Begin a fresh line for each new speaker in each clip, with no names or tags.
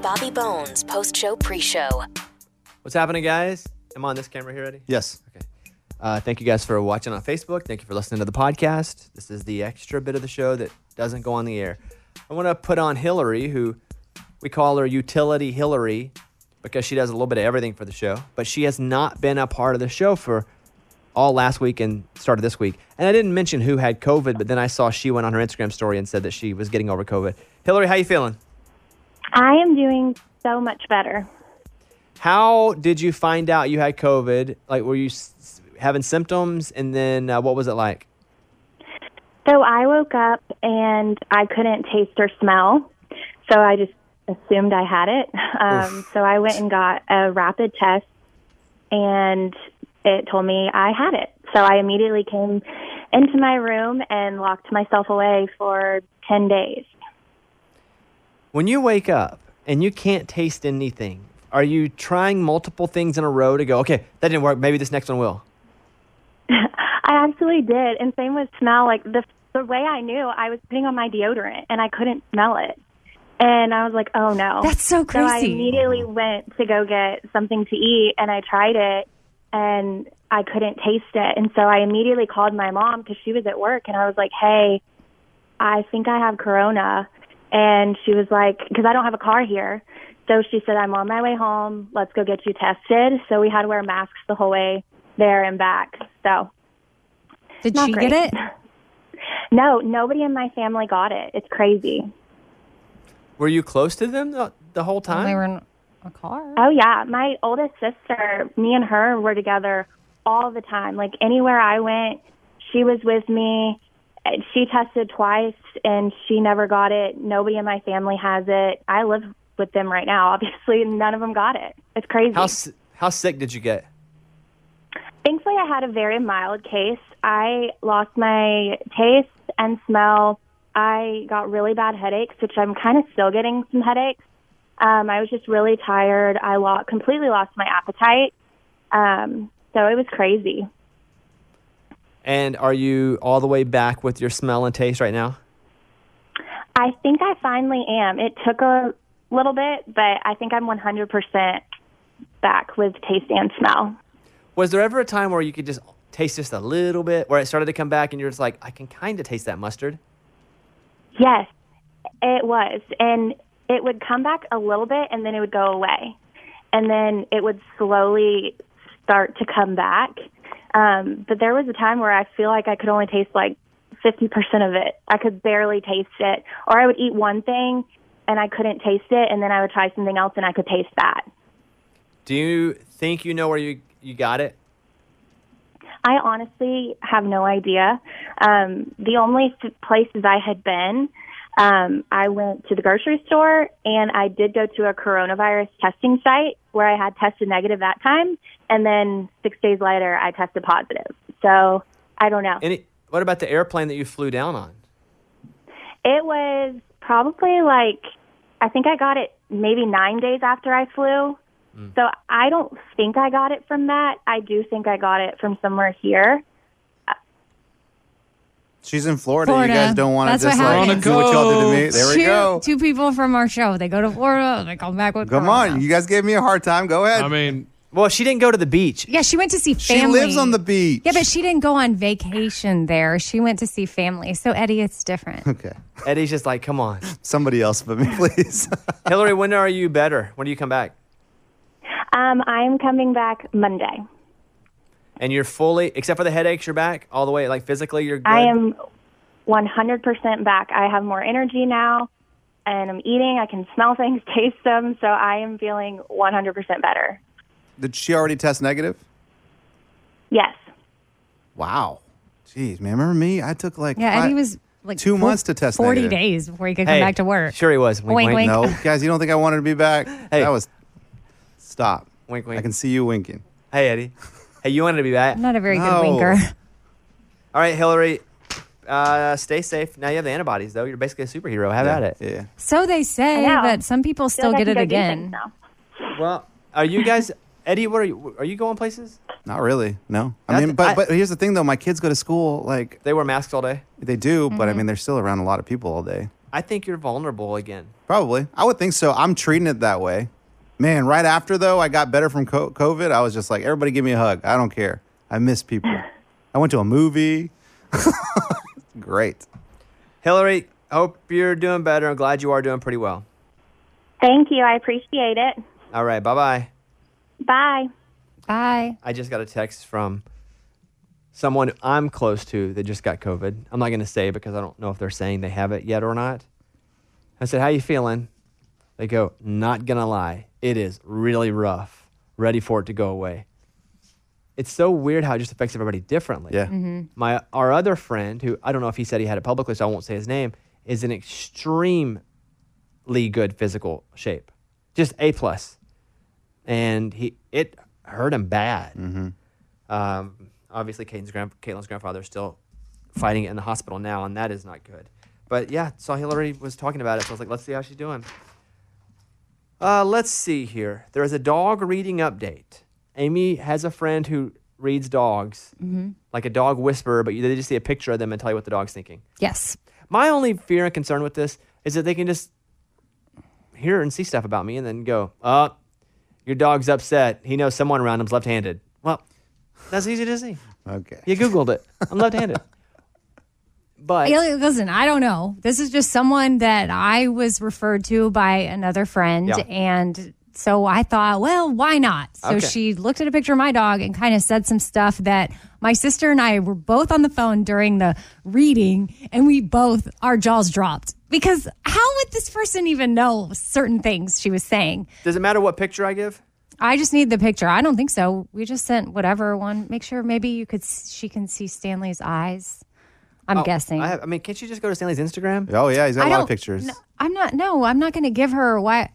Bobby Bones post show pre show.
What's happening, guys? I'm on this camera here already.
Yes.
Uh, thank you guys for watching on Facebook. Thank you for listening to the podcast. This is the extra bit of the show that doesn't go on the air. I want to put on Hillary, who we call her Utility Hillary because she does a little bit of everything for the show, but she has not been a part of the show for all last week and started this week. And I didn't mention who had COVID, but then I saw she went on her Instagram story and said that she was getting over COVID. Hillary, how you feeling?
I am doing so much better.
How did you find out you had COVID? Like, were you s- s- having symptoms? And then uh, what was it like?
So I woke up and I couldn't taste or smell. So I just assumed I had it. Um, so I went and got a rapid test and it told me I had it. So I immediately came into my room and locked myself away for 10 days.
When you wake up and you can't taste anything, are you trying multiple things in a row to go, okay, that didn't work. Maybe this next one will?
I absolutely did. And same with smell. Like the the way I knew, I was putting on my deodorant and I couldn't smell it. And I was like, oh no.
That's so
So I
crazy.
immediately went to go get something to eat and I tried it and I couldn't taste it. And so I immediately called my mom because she was at work and I was like, hey, I think I have corona. And she was like, because I don't have a car here. So she said, I'm on my way home. Let's go get you tested. So we had to wear masks the whole way there and back. So
Did
Not
she
great.
get it?
No, nobody in my family got it. It's crazy.
Were you close to them the, the whole time?
They were in a car.
Oh yeah, my oldest sister, me and her were together all the time. Like anywhere I went, she was with me. And She tested twice and she never got it. Nobody in my family has it. I live with them right now, obviously, and none of them got it. It's crazy.
how, s- how sick did you get?
Thankfully, I had a very mild case. I lost my taste and smell. I got really bad headaches, which I'm kind of still getting some headaches. Um, I was just really tired. I lo- completely lost my appetite. Um, so it was crazy.
And are you all the way back with your smell and taste right now?
I think I finally am. It took a little bit, but I think I'm 100% back with taste and smell.
Was there ever a time where you could just taste just a little bit, where it started to come back and you're just like, I can kind of taste that mustard?
Yes, it was. And it would come back a little bit and then it would go away. And then it would slowly start to come back. Um, but there was a time where I feel like I could only taste like 50% of it. I could barely taste it. Or I would eat one thing and I couldn't taste it. And then I would try something else and I could taste that.
Do you think you know where you, you got it?
I honestly have no idea. Um, the only th- places I had been, um, I went to the grocery store and I did go to a coronavirus testing site where I had tested negative that time. And then six days later, I tested positive. So I don't know.
Any, what about the airplane that you flew down on?
It was probably like, I think I got it maybe nine days after I flew. So I don't think I got it from that. I do think I got it from somewhere here.
She's in Florida.
Florida.
You guys don't want to
That's what
just like
happens.
do what y'all did to me. There
two,
we go.
Two people from our show. They go to Florida. They come back with.
Come
corona.
on. You guys gave me a hard time. Go ahead.
I mean,
Well, she didn't go to the beach.
yeah, she went to see
she
family.
lives on the beach.
Yeah, but she didn't go on vacation there. She went to see family. So Eddie, it's different.
okay.
Eddie's just like, come on.
Somebody else but me, please.
Hillary, when are you better? When do you come back?
Um, I am coming back Monday.
And you're fully, except for the headaches, you're back all the way, like physically, you're good.
I am 100% back. I have more energy now, and I'm eating. I can smell things, taste them. So I am feeling 100% better.
did she already test negative?
Yes.
Wow. Jeez, man. Remember me? I took like
Yeah,
five-
Eddie was like
two
four-
months to test
forty
negative.
days before he could
Hey,
come back to work.
Sure, he was. Wink,
Wink,
wink.
wink.
No, guys, you don't think I wanted to be back?
Hey.
That was stop.
Wink, wink.
I can see you winking.
Hey, Eddie. Hey, you wanted to be back. Oh.
I'm not a very
No.
good winker.
All right, Hillary. Uh, stay safe. Now you have the antibodies, though. You're basically a superhero. Have at it.
Yeah.
So they say,
I know.
but some people
Feel
still
like I
get
can
it
go do things
again.
now.
Well, are you guys, Eddie? What are you? Are you going places?
Not really. No. I
That's-
mean, but
I-
but here's the thing though. My kids go to school like
They wear masks all day.
Mm-hmm.
they do, but I mean they're still around a lot of people all day.
I think you're vulnerable again.
Probably. I would think so. I'm treating it that way. Man, right after though, I got better from co- COVID. I was just like, everybody give me a hug. I don't care. I miss people. I went to a movie. Great.
Hillary, hope you're doing better. I'm glad you are doing pretty well.
Thank you. I appreciate it.
All right, bye bye.
Bye.
Bye.
I just got a text from someone I'm close to that just got COVID. I'm not going to say because I don't know if they're saying they have it yet or not. I said, "How you feeling?" They go, "Not going to lie. It is really rough. Ready for it to go away." It's so weird how it just affects everybody differently.
Yeah.
My our other friend who I don't know if he said he had it publicly so I won't say his name is in extremely good physical shape. Just A plus and he it hurt him bad. Um, obviously, Caitlin's, grand, Caitlin's grandfather is still fighting it in the hospital now, and that is not good. But yeah, saw Hillary was talking about it, so I was like, let's see how she's doing. Uh, let's see here. There is a dog reading update. Amy has a friend who reads dogs,
Mm-hmm.
like a dog whisperer, but you, they just see a picture of them and tell you what the dog's thinking.
Yes.
My only fear and concern with this is that they can just hear and see stuff about me and then go, uh, your dog's upset. He knows someone around him's left handed. Well, that's easy to see.
Okay.
You Googled it. I'm left handed. But
I- Listen, I don't know. This is just someone that I was referred to by another friend.
Yeah.
And so I thought, well, why not? So
Okay.
she looked at a picture of my dog and kind of said some stuff that my sister and I were both on the phone during the reading, and we both, our jaws dropped because how would this person even know certain things she was saying?
does it matter what picture I give?
I just need the picture. I don't think so. We just sent whatever one. Make sure maybe you could, s- she can see Stanley's eyes. I'm guessing.
Oh, I, have, I mean, can't you just go to Stanley's Instagram?
Oh yeah, he's got a
I
lot
don't-
of pictures.
no, I'm not. No, I'm not going to give her why.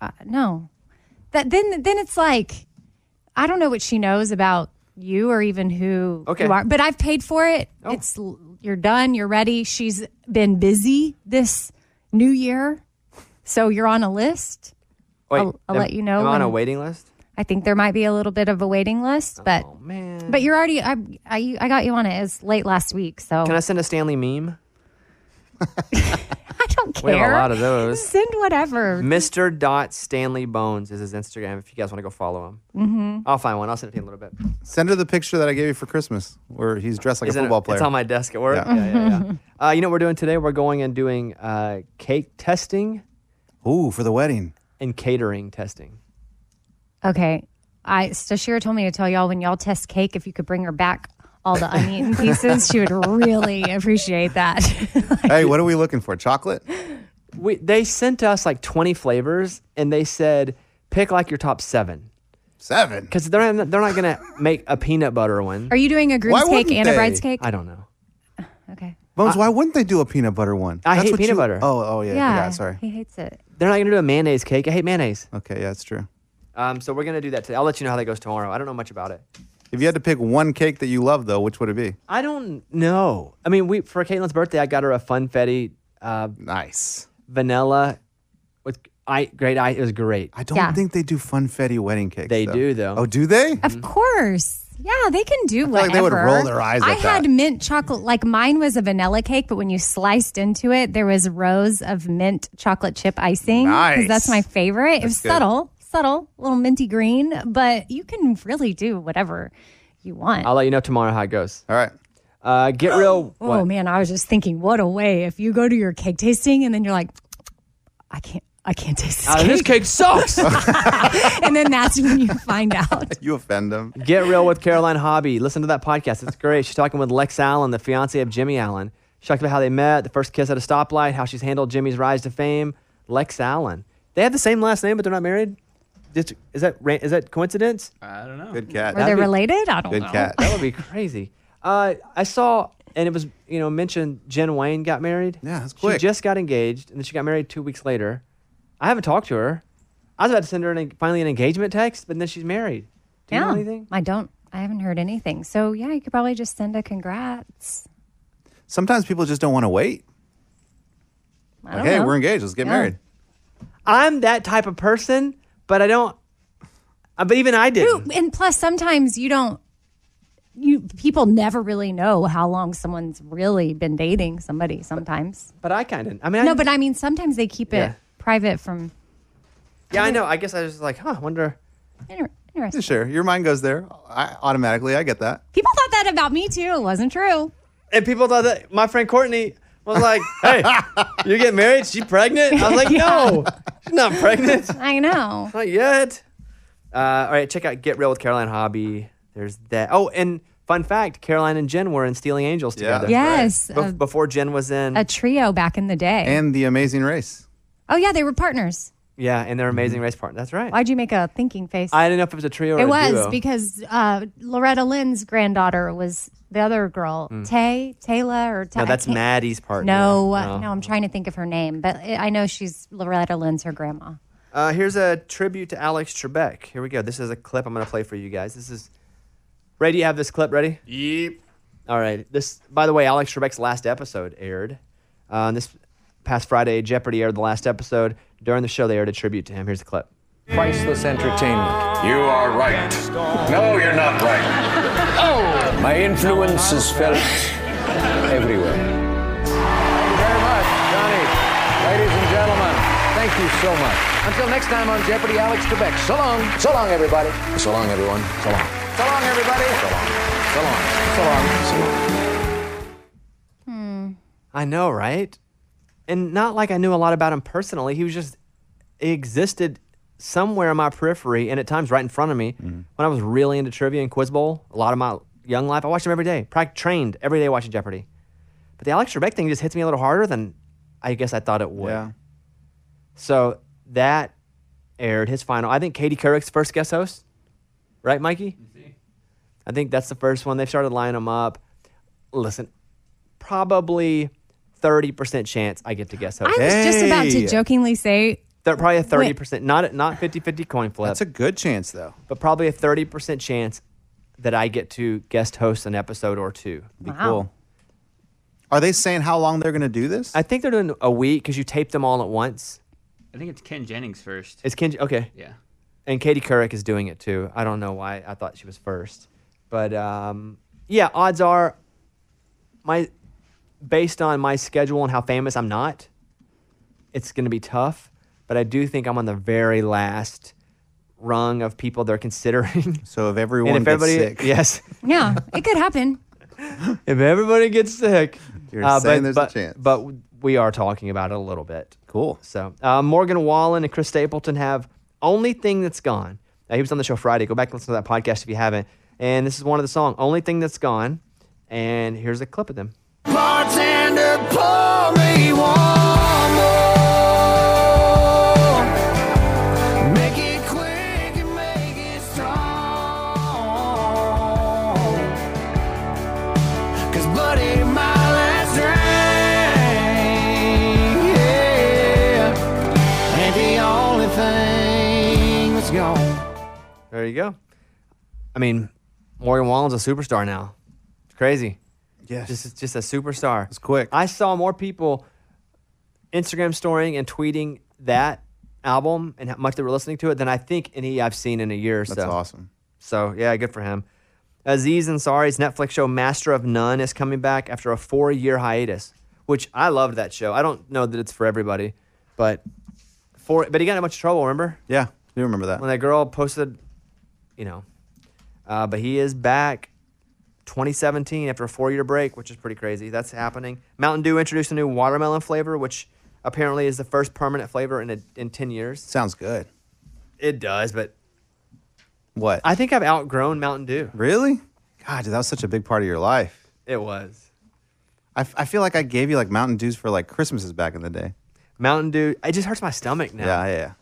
Uh, no, that then then it's like I don't know what she knows about you or even who
Okay. Oh.
you are. But I've paid for it. It's l- you're done. You're ready. She's been busy this new year, so you're on a list.
Wait,
I'll- I'll
am-
let you know
Am I on a
when-
waiting list?
I think there might be a little bit of a waiting list, but
Oh, man.
but you're already I, I I got you on it as late last week, so
Can I send a Stanley meme?
I don't care.
We have a lot of those.
Send whatever.
Mr. Dot Stanley Bones is his Instagram. If you guys want to go follow him, mm-hmm. I'll find one. I'll send it to you in a little bit.
Send her the picture that I gave you for Christmas, where he's dressed like
Isn't
a
it-
football player.
It's on my desk at work. Yeah,
Yeah.
yeah, yeah. uh, you know what we're doing today? We're going and doing uh, cake testing
Ooh, for the wedding.
and catering testing.
Okay. I so Shira told me to tell y'all when y'all test cake if you could bring her back all the uneaten pieces, she would really appreciate that.
Hey, what are we looking for? Chocolate?
We, they sent us like 20 flavors and they said pick like your top seven
Seven.
because they're, not- they're not going to make a peanut butter one.
Are you doing a groom's
Why
cake
wouldn't
and a
they?
bride's cake?
I don't know.
okay.
Bones, why wouldn't they do a peanut butter one?
I hate
what
peanut butter.
Oh, oh yeah, yeah.
Yeah.
Sorry.
He hates it.
They're not going to do a mayonnaise cake. I hate mayonnaise.
Okay, yeah, it's true.
Um, so we're going to do that today. I'll let you know how that goes tomorrow. I don't know much about it.
If you had to pick one cake that you love, though, which would it be?
I don't know. I mean, we for Caitlin's birthday, I got her a funfetti uh,
Nice.
vanilla with I, great. I, it was great.
I don't
Yeah.
think they do funfetti wedding cakes.
They
though.
do, though.
Oh, do they?
Of course. Yeah, they can do
like
whatever.
they would roll their eyes
I
at
had
that.
mint chocolate. Like mine was a vanilla cake, but when you sliced into it, there was rows of mint chocolate chip icing.
Nice.
that's my favorite. it was
good.
subtle, subtle, little minty green, but you can really do whatever you want.
I'll let you know tomorrow how it goes.
All right.
Uh, get real.
Oh
what?
man, I was just thinking, what a way if you go to your cake tasting and then you're like, I can't, I can't taste this,
Uh,
cake.
this cake sucks.
and then that's when you find out.
You offend them.
Get Real with Caroline Hobby. Listen to that podcast. It's great. She's talking with Lex Allen, the fiance of Jimmy Allen. She talked about how they met, the first kiss at a stoplight, how she's handled Jimmy's rise to fame. Lex Allen. They have the same last name, but they're not married. Just- Is that ra- is that coincidence?
I don't know.
Good cat.
Are they
be-
related? I don't
Uh, Good
know.
cat.
That would be crazy. Uh, I saw, and it was you know mentioned. Jen Wayne got married.
Yeah, that's
She
quick.
just got engaged, and then she got married two weeks later. I haven't talked to her. I was about to send her an, finally an engagement text, but then she's married. Do you know anything?
I don't. I haven't heard anything. So yeah, you could probably just send a congrats.
Sometimes people just don't want to wait.
I
Like,
don't
hey,
know.
we're engaged. Let's get
Yeah.
married.
I'm that type of person, but I don't. uh, But even I did.
Ooh, and plus, sometimes you don't. You people never really know how long someone's really been dating somebody. Sometimes
But I kind of. I mean, I,
no, but I mean sometimes they keep it
Yeah.
private from.
Yeah, I know. I guess I was just like, huh, I wonder.
Inter- interesting.
Sure, your mind goes there. I, automatically, I get that.
People thought that about me too. It wasn't true.
And people thought that my friend Courtney was like, hey, you get married? She pregnant? I was like, no, she's not pregnant.
I know.
Not yet. Uh, all right, check out Get Real with Caroline Hobby. There's that. Oh, and fun fact Caroline and Jen were in Stealing Angels
Yeah.
together.
Yes.
Bef-
A,
before Jen was in.
a trio back in the day.
And the Amazing Race. Mhm.
oh, yeah, they were partners.
yeah, and their amazing race partner. That's right.
Why'd you make a thinking face?
I didn't know if it was a trio or
it
a
was
duo.
because uh, Loretta Lynn's granddaughter was the other girl, Tay, Taylor, or Ta-
Mm. no,
I
that's
can't-
Maddie's partner.
No, uh, no, I'm trying to think of her name, but I I know she's Loretta Lynn's her grandma.
Uh, here's a tribute to Alex Trebek. Here we go. This is a clip I'm going to play for you guys. This is. Ray, do you have this clip ready?
Yep.
All right. This, by the way, Alex Trebek's last episode aired. Uh, this past Friday, Jeopardy aired the last episode. During the show, they aired a tribute to him. Here's the clip.
Priceless entertainment.
You are right. No, you're not right.
My influence is felt everywhere. Thank you very much, Johnny. Ladies and gentlemen, thank you so much. Until next time on Jeopardy, Alex Trebek. So long. So long, everybody. So long, everyone. So long. So long, everybody. So long. So long. So long. So long.
Hmm. I know, right? And not like I knew a lot about him personally. He was just he existed somewhere in my periphery and at times right in front of me.
Mm-hmm.
When I was really into trivia and quiz bowl, a lot of my young life, I watched him every day. Probably trained every day watching Jeopardy. But the Alex Trebek thing just hits me a little harder than I guess I thought it would.
Yeah.
So that aired his final. I think Katie Couric's first guest host, right, Mikey? I think that's the first one. They've started lining them up. Listen, probably 30% chance I get to guest
I
host.
was just about to
Hey.
jokingly say,
They're probably a 30%, not not 50 50 coin flip,
That's a good chance, though.
but probably a 30% chance that I get to guest host an episode or two.
Be
Wow.
cool. Are they saying how long they're going to do this?
I think they're doing a week because you tape them all at once.
I think it's Ken Jennings first.
It's Kenji. Okay.
yeah.
and Katie Couric is doing it too. I don't know why I thought she was first, but um, yeah, odds are my based on my schedule and how famous I'm not, it's going to be tough. But I do think I'm on the very last rung of people they're considering.
so if everyone
and if everybody,
gets sick,
yes,
yeah, it could happen.
if everybody gets sick, uh,
You're saying there's a
but,
chance.
But we are talking about it a little bit.
cool.
So uh, Morgan Wallen and Chris Stapleton have "Only Thing That's Gone." Now, he was on the show Friday. Go back and listen to that podcast if you haven't. And this is one of the song "Only Thing That's Gone." And here's a clip of them.
Bartender, pour me one more. Make it quick and make it strong. Cause buddy, my last drink, yeah, ain't the only thing that's gone.
There you go. I mean, Morgan Wallen's a superstar now. It's crazy.
Yes.
Just just a superstar. It's
quick.
I saw more people Instagram storying and tweeting that album and how much they were listening to it than I think any I've seen in a year or so.
That's awesome.
So yeah, good for him. Aziz Ansari's Netflix show Master of None is coming back after a four-year hiatus, which I loved that show. I don't know that it's for everybody, but for but he got in a bunch of trouble. Remember
Yeah, do remember that.
when that girl posted, you know, uh, but he is back. 2017 after a four-year break, which is pretty crazy. That's happening. Mountain Dew introduced a new watermelon flavor, which apparently is the first permanent flavor in a, in 10 years.
Sounds good.
It does, but
What?
I think I've outgrown Mountain Dew.
really? God, dude, that was such a big part of your life.
It was.
I, f- I feel like I gave you like Mountain Dews for like Christmases back in the day.
Mountain Dew. It just hurts my stomach now.
Yeah, yeah. yeah.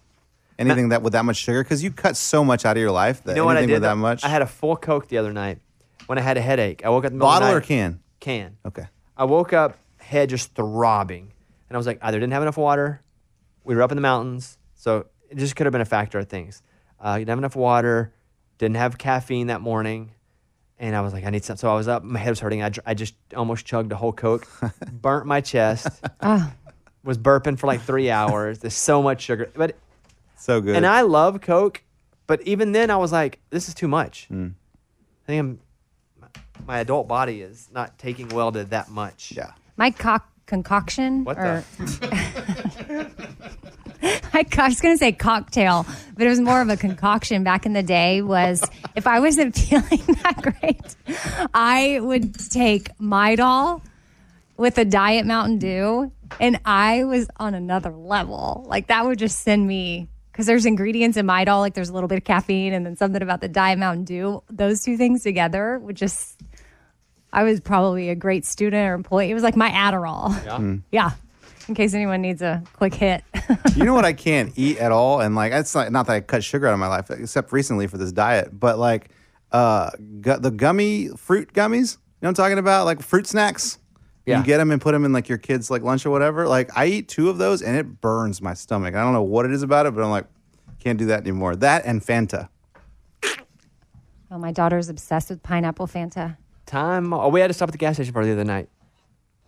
Anything that with that much sugar, because you cut so much out of your life that
You know what I
anything
did?
with that
though?
much.
I had a full Coke the other night when I had a headache. I woke up in the middle of the
bottle or
night-
can.
Can.
Okay.
I woke up, head just throbbing. And I was like, either didn't have enough water, we were up in the mountains. So it just could have been a factor of things. Uh, you didn't have enough water, didn't have caffeine that morning. And I was like, I need something. So I was up, my head was hurting. I, dr- I just almost chugged a whole Coke, burnt my chest, was burping for like three hours. There's so much sugar. But
So good.
and I love Coke, but even then I was like, this is too much.
Mm.
I think I'm, my adult body is not taking well to that much.
yeah.
Er. My cock concoction
What
or I, co- I was going to say cocktail, but it was more of a concoction back in the day. Was if I wasn't feeling that great, I would take my doll with a diet Mountain Dew, and I was on another level. Like that would just send me because there's ingredients in my doll. Like there's a little bit of caffeine, and then something about the diet Mountain Dew. Those two things together would just. I was probably a great student or employee. It was like my Adderall. Yeah.
Hmm.
In case anyone needs a quick hit.
You know what I can't eat at all, and like it's not, not that I cut sugar out of my life, except recently for this diet. But like, uh, gu- the gummy fruit gummies. You know what I'm talking about? Like fruit snacks.
Yeah.
You get them and put them in like your kids' like lunch or whatever. Like I eat two of those and it burns my stomach. I don't know what it is about it, but I'm like, can't do that anymore. That and Fanta.
Oh, my daughter's obsessed with pineapple Fanta.
Time. Oh, we had to stop at the gas station bar the other night.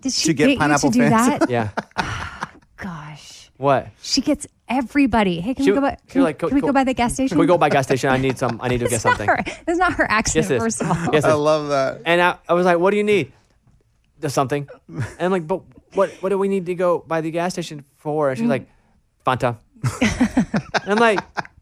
Did she
you get
get,
pineapple
you to do
Fanta?
that?
Yeah.
Gosh,
what?
she gets everybody. Hey, can
She-
we go by?
she
Can,
like,
can we go by the gas station?
Can we go by gas station? I need some. I need to get
That's not
something.
her. That's not her accent.
Yes, it is.
first of all,
Yes, it
I
is.
love that.
And I, I was like, "What do you need?" There's something. And I'm like, "But what? What do we need to go by the gas station for?" And she's like, "Fanta." and I'm like,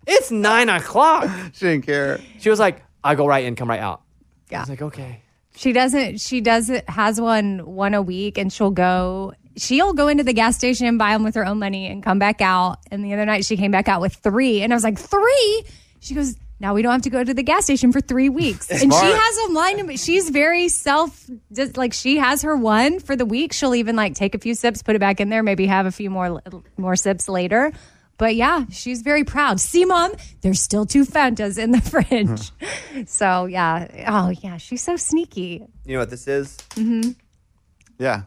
"It's nine o'clock."
She didn't care.
She was like, "I go right in, come right out." I
Yeah.
was like, "Okay."
she doesn't. She doesn't has one one a week, and she'll go. She'll go into the gas station and buy them with her own money, and come back out. And the other night, she came back out with three, and I was like, three. She goes. Now we don't have to go to the gas station for three weeks, and she
Smart.
has a line. to- She's very self, just like she has her one for the week. She'll even like take a few sips, put it back in there, maybe have a few more more sips later. But yeah, she's very proud. See, mom, there's still two Fantas in the fridge. so yeah, oh yeah, she's so sneaky. Mm-hmm.
You know what this is?
Yeah.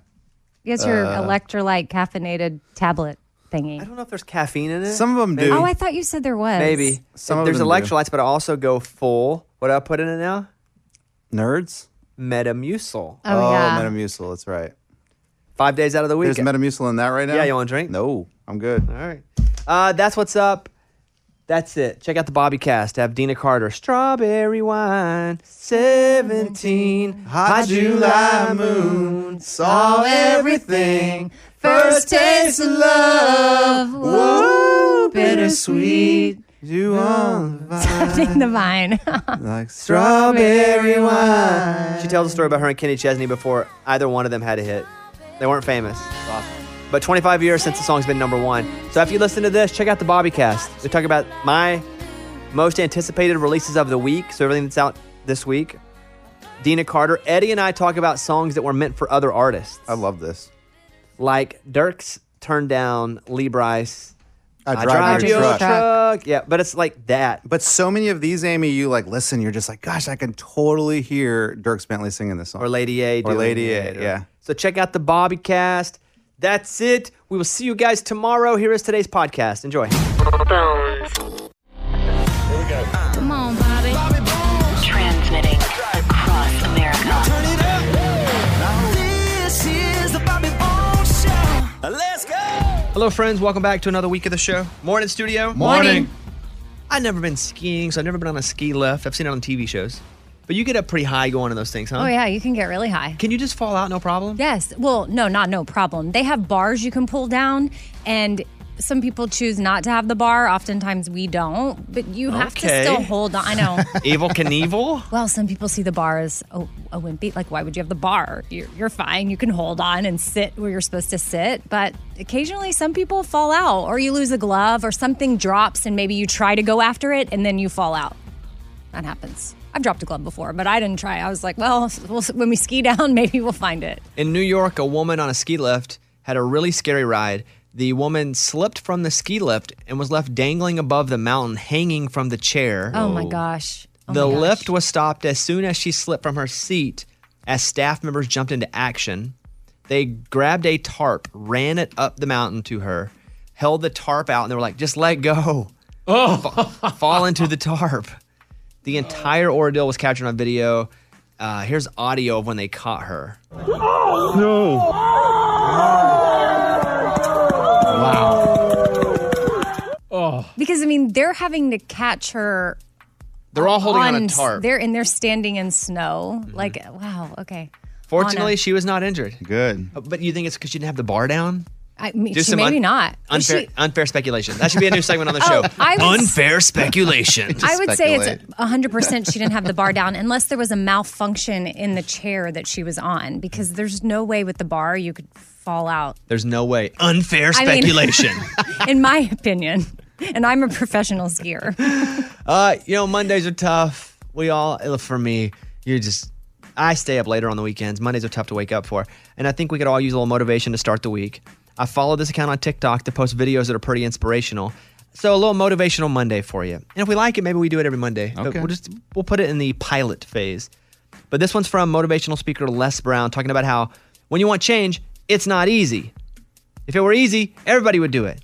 It's your
Uh,
electrolyte caffeinated tablet
I
thingy.
don't know if there's caffeine in it.
Some of them do.
Oh, I thought you said there was.
Maybe.
Some of
there's
them do.
electrolytes, but I also go full. What do I put in it now?
Nerds.
Metamucil.
Oh, yeah.
Metamucil. That's right.
Five days out of the week.
There's Metamucil in that right now.
Yeah, you wanna drink?
No, I'm good.
All right. Uh, that's what's up. That's it. Check out the Bobbycast. Have Dina Carter, Strawberry Wine, 17, Hot July Moon,
Saw everything.
First taste of love.
Whoa,
bittersweet.
You are
Tending the vine.
like strawberry wine.
She tells a story about her and Kenny Chesney before either one of them had a hit. They weren't famous. But 25 years since the song's been number one. So if you listen to this, check out the Bobbycast. We talk about my most anticipated releases of the week. So everything that's out this week. Dina Carter, Eddie, and I talk about songs that were meant for other artists.
I love this.
like Dirk's turned down Lee Bryce.
I
I
drive,
drive
your
your
truck.
truck. Yeah, but it's like that.
But so many of these, Amy, you like listen. You're just like, gosh, I can totally hear Dirk Bentley singing this song.
Or Lady A.
Or
doing
Lady
it,
A, yeah.
So check out the Bobbycast. That's it. We will see you guys tomorrow. Here is today's podcast. Enjoy.
Bones.
Come on, Bobby.
Transmitting across America.
This is the Bobby Bones Show. Let's go.
Hello, friends. Welcome back to another week of the show. Morning, studio.
Morning.
I've never been skiing, so I've never been on a ski lift. I've seen it on TV shows. But you get up pretty high going on those things, huh?
oh yeah, you can get really high.
Can you just fall out no problem?
Yes. Well, no, not no problem. They have bars you can pull down, and some people choose not to have the bar. Oftentimes we don't, but you have
Okay.
to still hold on. I know.
Evil Knievel?
well, some people see the bar as a, a wimpy. Like, why would you have the bar? You're, you're fine. You can hold on and sit where you're supposed to sit. But occasionally some people fall out, or you lose a glove, or something drops, and maybe you try to go after it, and then you fall out. That happens. I've dropped a glove before, but I didn't try. I was like, well, we'll when we ski down, maybe we'll find it.
In New York, a woman on a ski lift had a really scary ride. The woman slipped from the ski lift and was left dangling above the mountain, hanging from the chair.
Oh my gosh. Oh
the
my gosh.
lift was stopped as soon as she slipped from her seat, as staff members jumped into action. They grabbed a tarp, ran it up the mountain to her, held the tarp out, and they were like, just let go.
Oh.
Fa- fall into the tarp. The entire ordeal was captured on video. Uh, here's audio of when they caught her.
Because I mean, they're having to catch her
They're all holding on,
on
a tarp.
They're and they're standing in snow. Like, wow, okay.
Fortunately,
on a-
she was not injured. Uh,
Good.
But you think it's because she didn't have the bar down?
I mean,
Do
she-
some un-
maybe not.
Unfair,
She-
unfair speculation. That should be a new segment on the show.
Oh, I was-
unfair speculation.
I would say it's
speculate.
100% she didn't have the bar down unless there was a malfunction in the chair that she was on because there's no way with the bar you could fall out.
There's no way. Unfair
I mean-
speculation.
in my opinion. And I'm a professional skier.
uh, you know, Mondays are tough. We all, for me, you just, I stay up later on the weekends. Mondays are tough to wake up for. And I think we could all use a little motivation to start the week. I follow this account on TikTok to post videos that are pretty inspirational. So a little motivational Monday for you. And if we like it, maybe we do it every Monday. But
Okay.
we'll just, we'll put it in the pilot phase. But this one's from motivational speaker Les Brown talking about how when you want change, it's not easy. If it were easy, everybody would do it.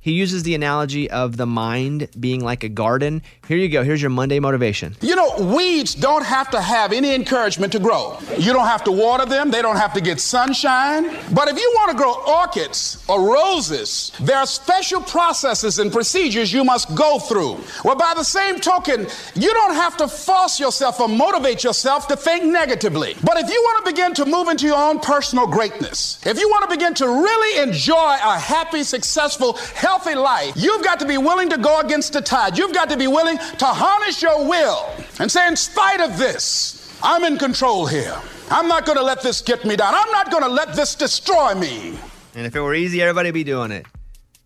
He uses the analogy of the mind being like a garden. Here you go. Here's your Monday motivation.
You know, weeds don't have to have any encouragement to grow. You don't have to water them, they don't have to get sunshine. But if you want to grow orchids or roses, there are special processes and procedures you must go through. Well, by the same token, you don't have to force yourself or motivate yourself to think negatively. But if you want to begin to move into your own personal greatness, if you want to begin to really enjoy a happy, successful, healthy life, you've got to be willing to go against the tide. You've got to be willing to harness your will and say, in spite of this, I'm in control here. I'm not going to let this get me down. I'm not going to let this destroy me.
And if it were easy, everybody would be doing it.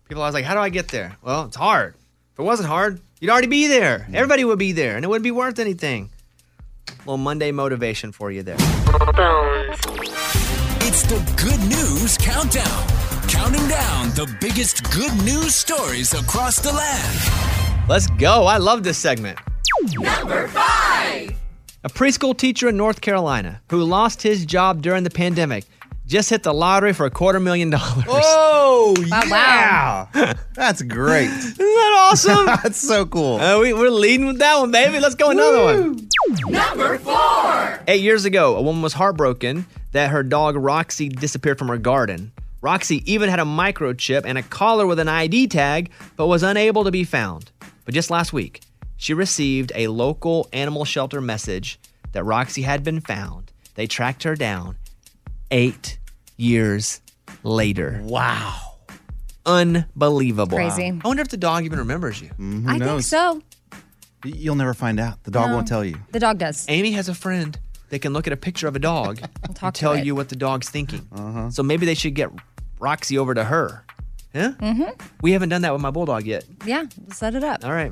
People are always like, how do I get there? Well, it's hard. If it wasn't hard, you'd already be there. Everybody would be there, and it wouldn't be worth anything. Little Monday motivation for you there.
Bones.
It's the Good News Countdown. Counting down the biggest good news stories across the land.
Let's go. I love this segment. Number five. A preschool teacher in North Carolina who lost his job during the pandemic just hit the lottery for a quarter million dollars.
Oh,
wow.
yeah. That's great.
Isn't that awesome?
That's so cool.
Uh, we, we're leading with that one, baby. Let's go another one. Number four. Eight years ago, a woman was heartbroken that her dog Roxy disappeared from her garden. Roxy even had a microchip and a collar with an ID tag, but was unable to be found. But just last week, she received a local animal shelter message that Roxy had been found. They tracked her down eight years later. Wow. Unbelievable.
Crazy.
I wonder if the dog even remembers you.
I think
Mm, knows?
so.
Y- You'll never find out. The dog won't tell you.
The dog does.
Amy has a friend that can look at a picture of a dog and,
talk to
tell
it.
you what the dog's thinking. So maybe they should get Roxy over to her. Yeah? Mm-hmm. We haven't done that with my bulldog yet.
Yeah, set it up.
All right.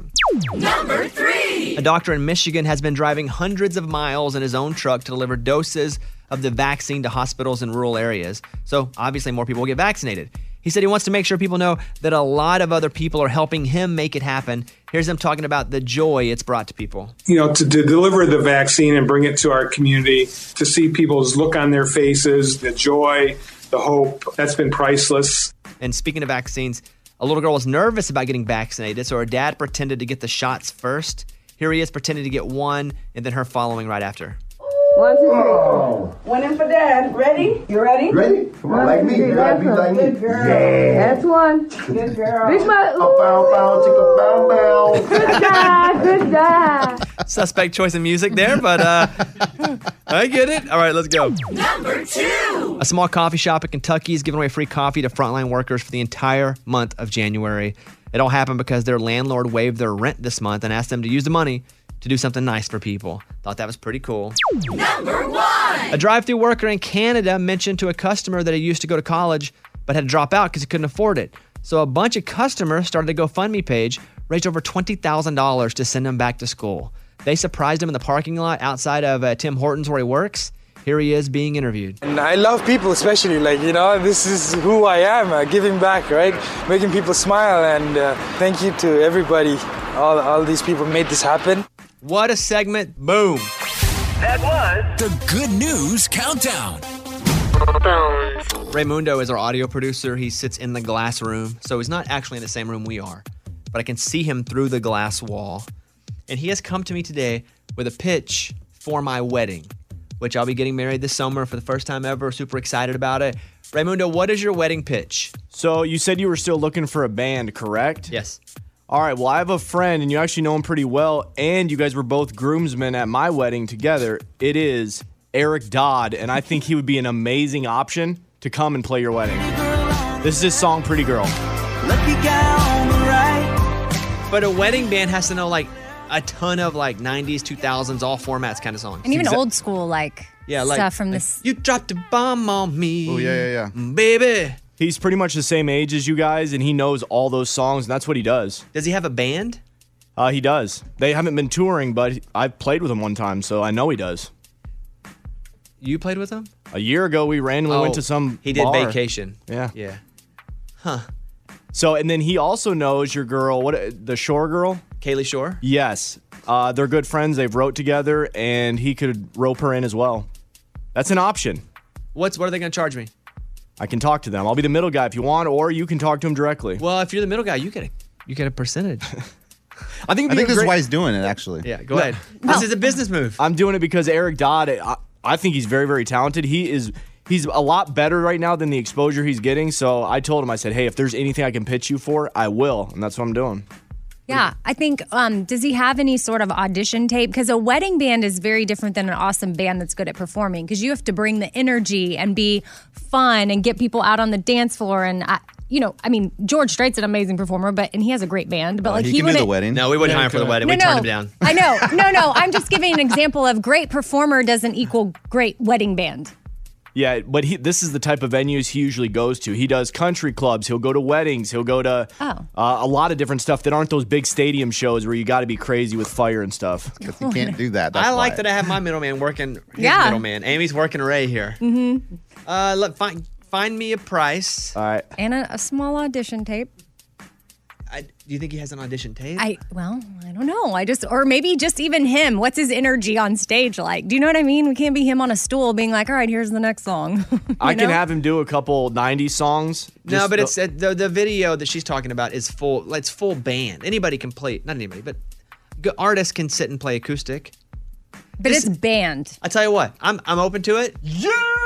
Number three. A doctor in Michigan has been driving hundreds of miles in his own truck to deliver doses of the vaccine to hospitals in rural areas. So obviously, more people will get vaccinated. He said he wants to make sure people know that a lot of other people are helping him make it happen. Here's him talking about the joy it's brought to people.
you know, to, to deliver the vaccine and bring it to our community, to see people's look on their faces, the joy, the hope, that's been priceless.
And speaking of vaccines, a little girl was nervous about getting vaccinated, so her dad pretended to get the shots first. Here he is pretending to get one, and then her following right after.
One, two, three. One in for dad. Ready? You ready? Ready? Come on, like me. You gotta be like me. Good girl. That's one. Good girl. Big mouth. Bow, bow, chicka, bow, bow. Good job. Good job.
Suspect choice in music there, but uh, I get it. All right, let's go. Number two. A small coffee shop in Kentucky is giving away free coffee to frontline workers for the entire month of January. It all happened because their landlord waived their rent this month and asked them to use the money to do something nice for people. Thought that was pretty cool. A drive through worker in Canada mentioned to a customer that he used to go to college but had to drop out because he couldn't afford it. So a bunch of customers started a GoFundMe page, raised over $20,000 to send him back to school. They surprised him in the parking lot outside of uh, Tim Hortons where he works. Here he is being interviewed.
And I love people, especially, like, you know, this is who I am, uh, giving back, right? Making people smile. And uh, thank you to everybody. All, all these people made this happen.
What a segment. Boom.
The Good News Countdown.
Bones.
Raymundo is our audio producer. He sits in the glass room, so he's not actually in the same room we are, but I can see him through the glass wall. And he has come to me today with a pitch for my wedding, which I'll be getting married this summer for the first time ever. Super excited about it. Raymundo, what is your wedding pitch?
So you said you were still looking for a band, correct?
Yes.
All right. Well, I have a friend, and you actually know him pretty well, and you guys were both groomsmen at my wedding together. It is Eric Dodd, and I think he would be an amazing option to come and play your wedding.
Girl on
This is his song, Pretty Girl.
But a wedding band has to know like a ton of like 90s, 2000s, all formats kind of songs.
And even old school like
Yeah, like-
stuff from
like-
this.
You dropped a bomb on me.
Oh, yeah, yeah,
yeah. Mm, Baby.
He's pretty much the same age as you guys, and he knows all those songs, and that's what he does.
Does he have a band?
Uh, he does. They haven't been touring, but I played with him one time, so I know he does.
You played with him?
A year ago, we randomly
Oh,
went to some.
he did
bar.
Vacation.
Yeah.
Yeah. Huh.
So, and then he also knows your girl, what the Shore girl,
Kaylee Shore.
Yes, uh, they're good friends. They've wrote together, and he could rope her in as well. That's an option.
What's what are they going to charge me?
I can talk to them. I'll be the middle guy if you want, or you can talk to him directly.
Well, if you're the middle guy, you get a you get a percentage.
I think,
I think this is why he's
doing it. Actually,
yeah. Go ahead. This is a business move.
I'm doing it because Eric Dodd. I, I think he's very, very talented. He is. He's a lot better right now than the exposure he's getting. So I told him, I said, "Hey, if there's anything I can pitch you for, I will," and that's what I'm doing.
Yeah, I think. Um, does he have any sort of audition tape? Because a wedding band is very different than an awesome band that's good at performing. Because you have to bring the energy and be fun and get people out on the dance floor. And I, you know, I mean, George Strait's an amazing performer, but and he has a great band.
Uh,
But like he, wouldn't-
No, we wouldn't
Yeah,
hire him for the
could.
wedding. we
No,
turned
no.
him down.
I know. No, no. I'm just giving an example of great performer doesn't equal great wedding band.
Yeah, but he, this is the type of venues he usually goes to. He does country clubs. He'll go to weddings. He'll go to
Oh.
uh, a lot of different stuff that aren't those big stadium shows where you got to be crazy with fire and stuff. Because
he can't
do that.
I like that I have my middleman working. His
Yeah.
middleman. Amy's working Ray here.
Mm-hmm.
Uh, look, find find me a price.
All right.
And a, a small audition tape.
I, do you think he has an audition tape?
I well, I don't know. I just or maybe just even him. What's his energy on stage like? Do you know what I mean? We can't be him on a stool being like, "All right, here's the next song."
I can
know?
have him do a couple '90s songs.
no,
Just
but
the-
it's uh, the the video that she's talking about is full. like, It's full band. Anybody can play. Not anybody, but g- artists can sit and play acoustic.
but it's banned.
I tell you what, I'm I'm open to it.
Ah!
Yeah.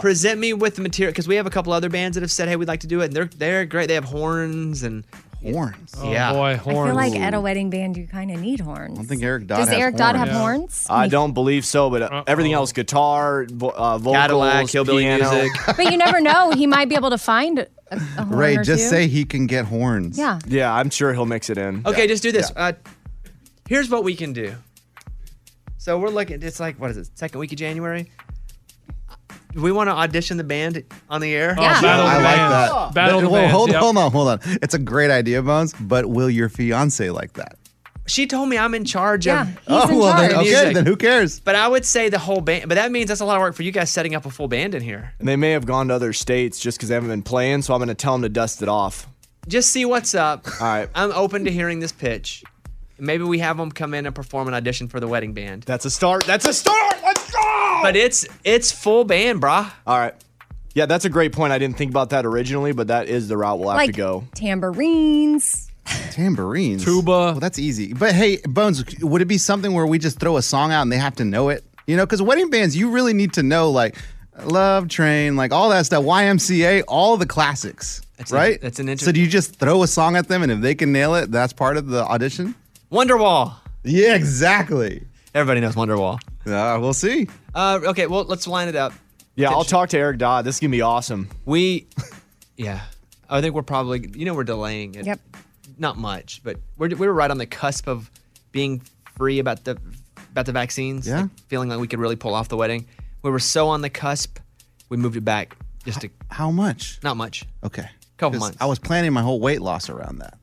Present me with the material because we have a couple other bands that have said, "Hey, we'd like to do it." And they're they're great. They have horns and horns. yeah.
boy,
I feel like at a wedding band, you kind of need horns.
think Eric
Dodd Does has Eric Dodd have horns. horns?
I don't believe so, but uh, everything else, guitar, vo- uh, vocals,
Cadillac, hillbilly
piano.
music.
but you never know. He might be able to find a, a horn
Ray,
or
just
two.
say he can get horns.
Yeah.
Yeah, I'm sure he'll mix it in.
Okay, just do this. Uh, here's what we can do. So we're looking. It's like what is it? Second week of January. Do we want to audition the band on the air?
I like that. That- well, hold, hold on, hold on. It's a great idea, Bones. But will your fiance like that?
She told me I'm in charge
Yeah,
of.
he's Oh, in well, then- charge. okay, then who cares?
But I would say the whole band. But that means that's a lot of work for you guys setting up a full band in here.
And they may have gone to other states just because they haven't been playing, so I'm going to tell them to dust it off.
Just see what's up.
All right.
I'm open to hearing this pitch. Maybe we have them come in and perform an audition for the wedding band.
That's a start. That's a start. Let's go.
But it's it's full band, brah.
All right. Yeah, that's a great point. I didn't think about that originally, but that is the route we'll have
like
to go.
tambourines.
Tambourines, tuba. Well, that's easy. But hey, Bones, would it be something where we just throw a song out and they have to know it? You know, because wedding bands, you really need to know like Love Train, like all that stuff, YMCA, all the classics,
an-
right?
that's an
So do you just throw a song at them, and if they can nail it, that's part of the audition.
Wonderwall.
Yeah, exactly.
Everybody knows Wonderwall.
Uh, we'll see.
Uh, okay, well, let's line it up.
Yeah, I'll talk to Eric Dodd. This is going to be awesome.
We, yeah, I think we're probably, you know, we're delaying it.
Yep.
Not much, but we're, we're right on the cusp of being free about the about the vaccines. Yeah. feeling like we could really pull off the wedding. We were so on the cusp, we moved it back just to.
How much?
Not much.
Okay.
Couple
'Cause
months.
I was planning my whole weight loss around that.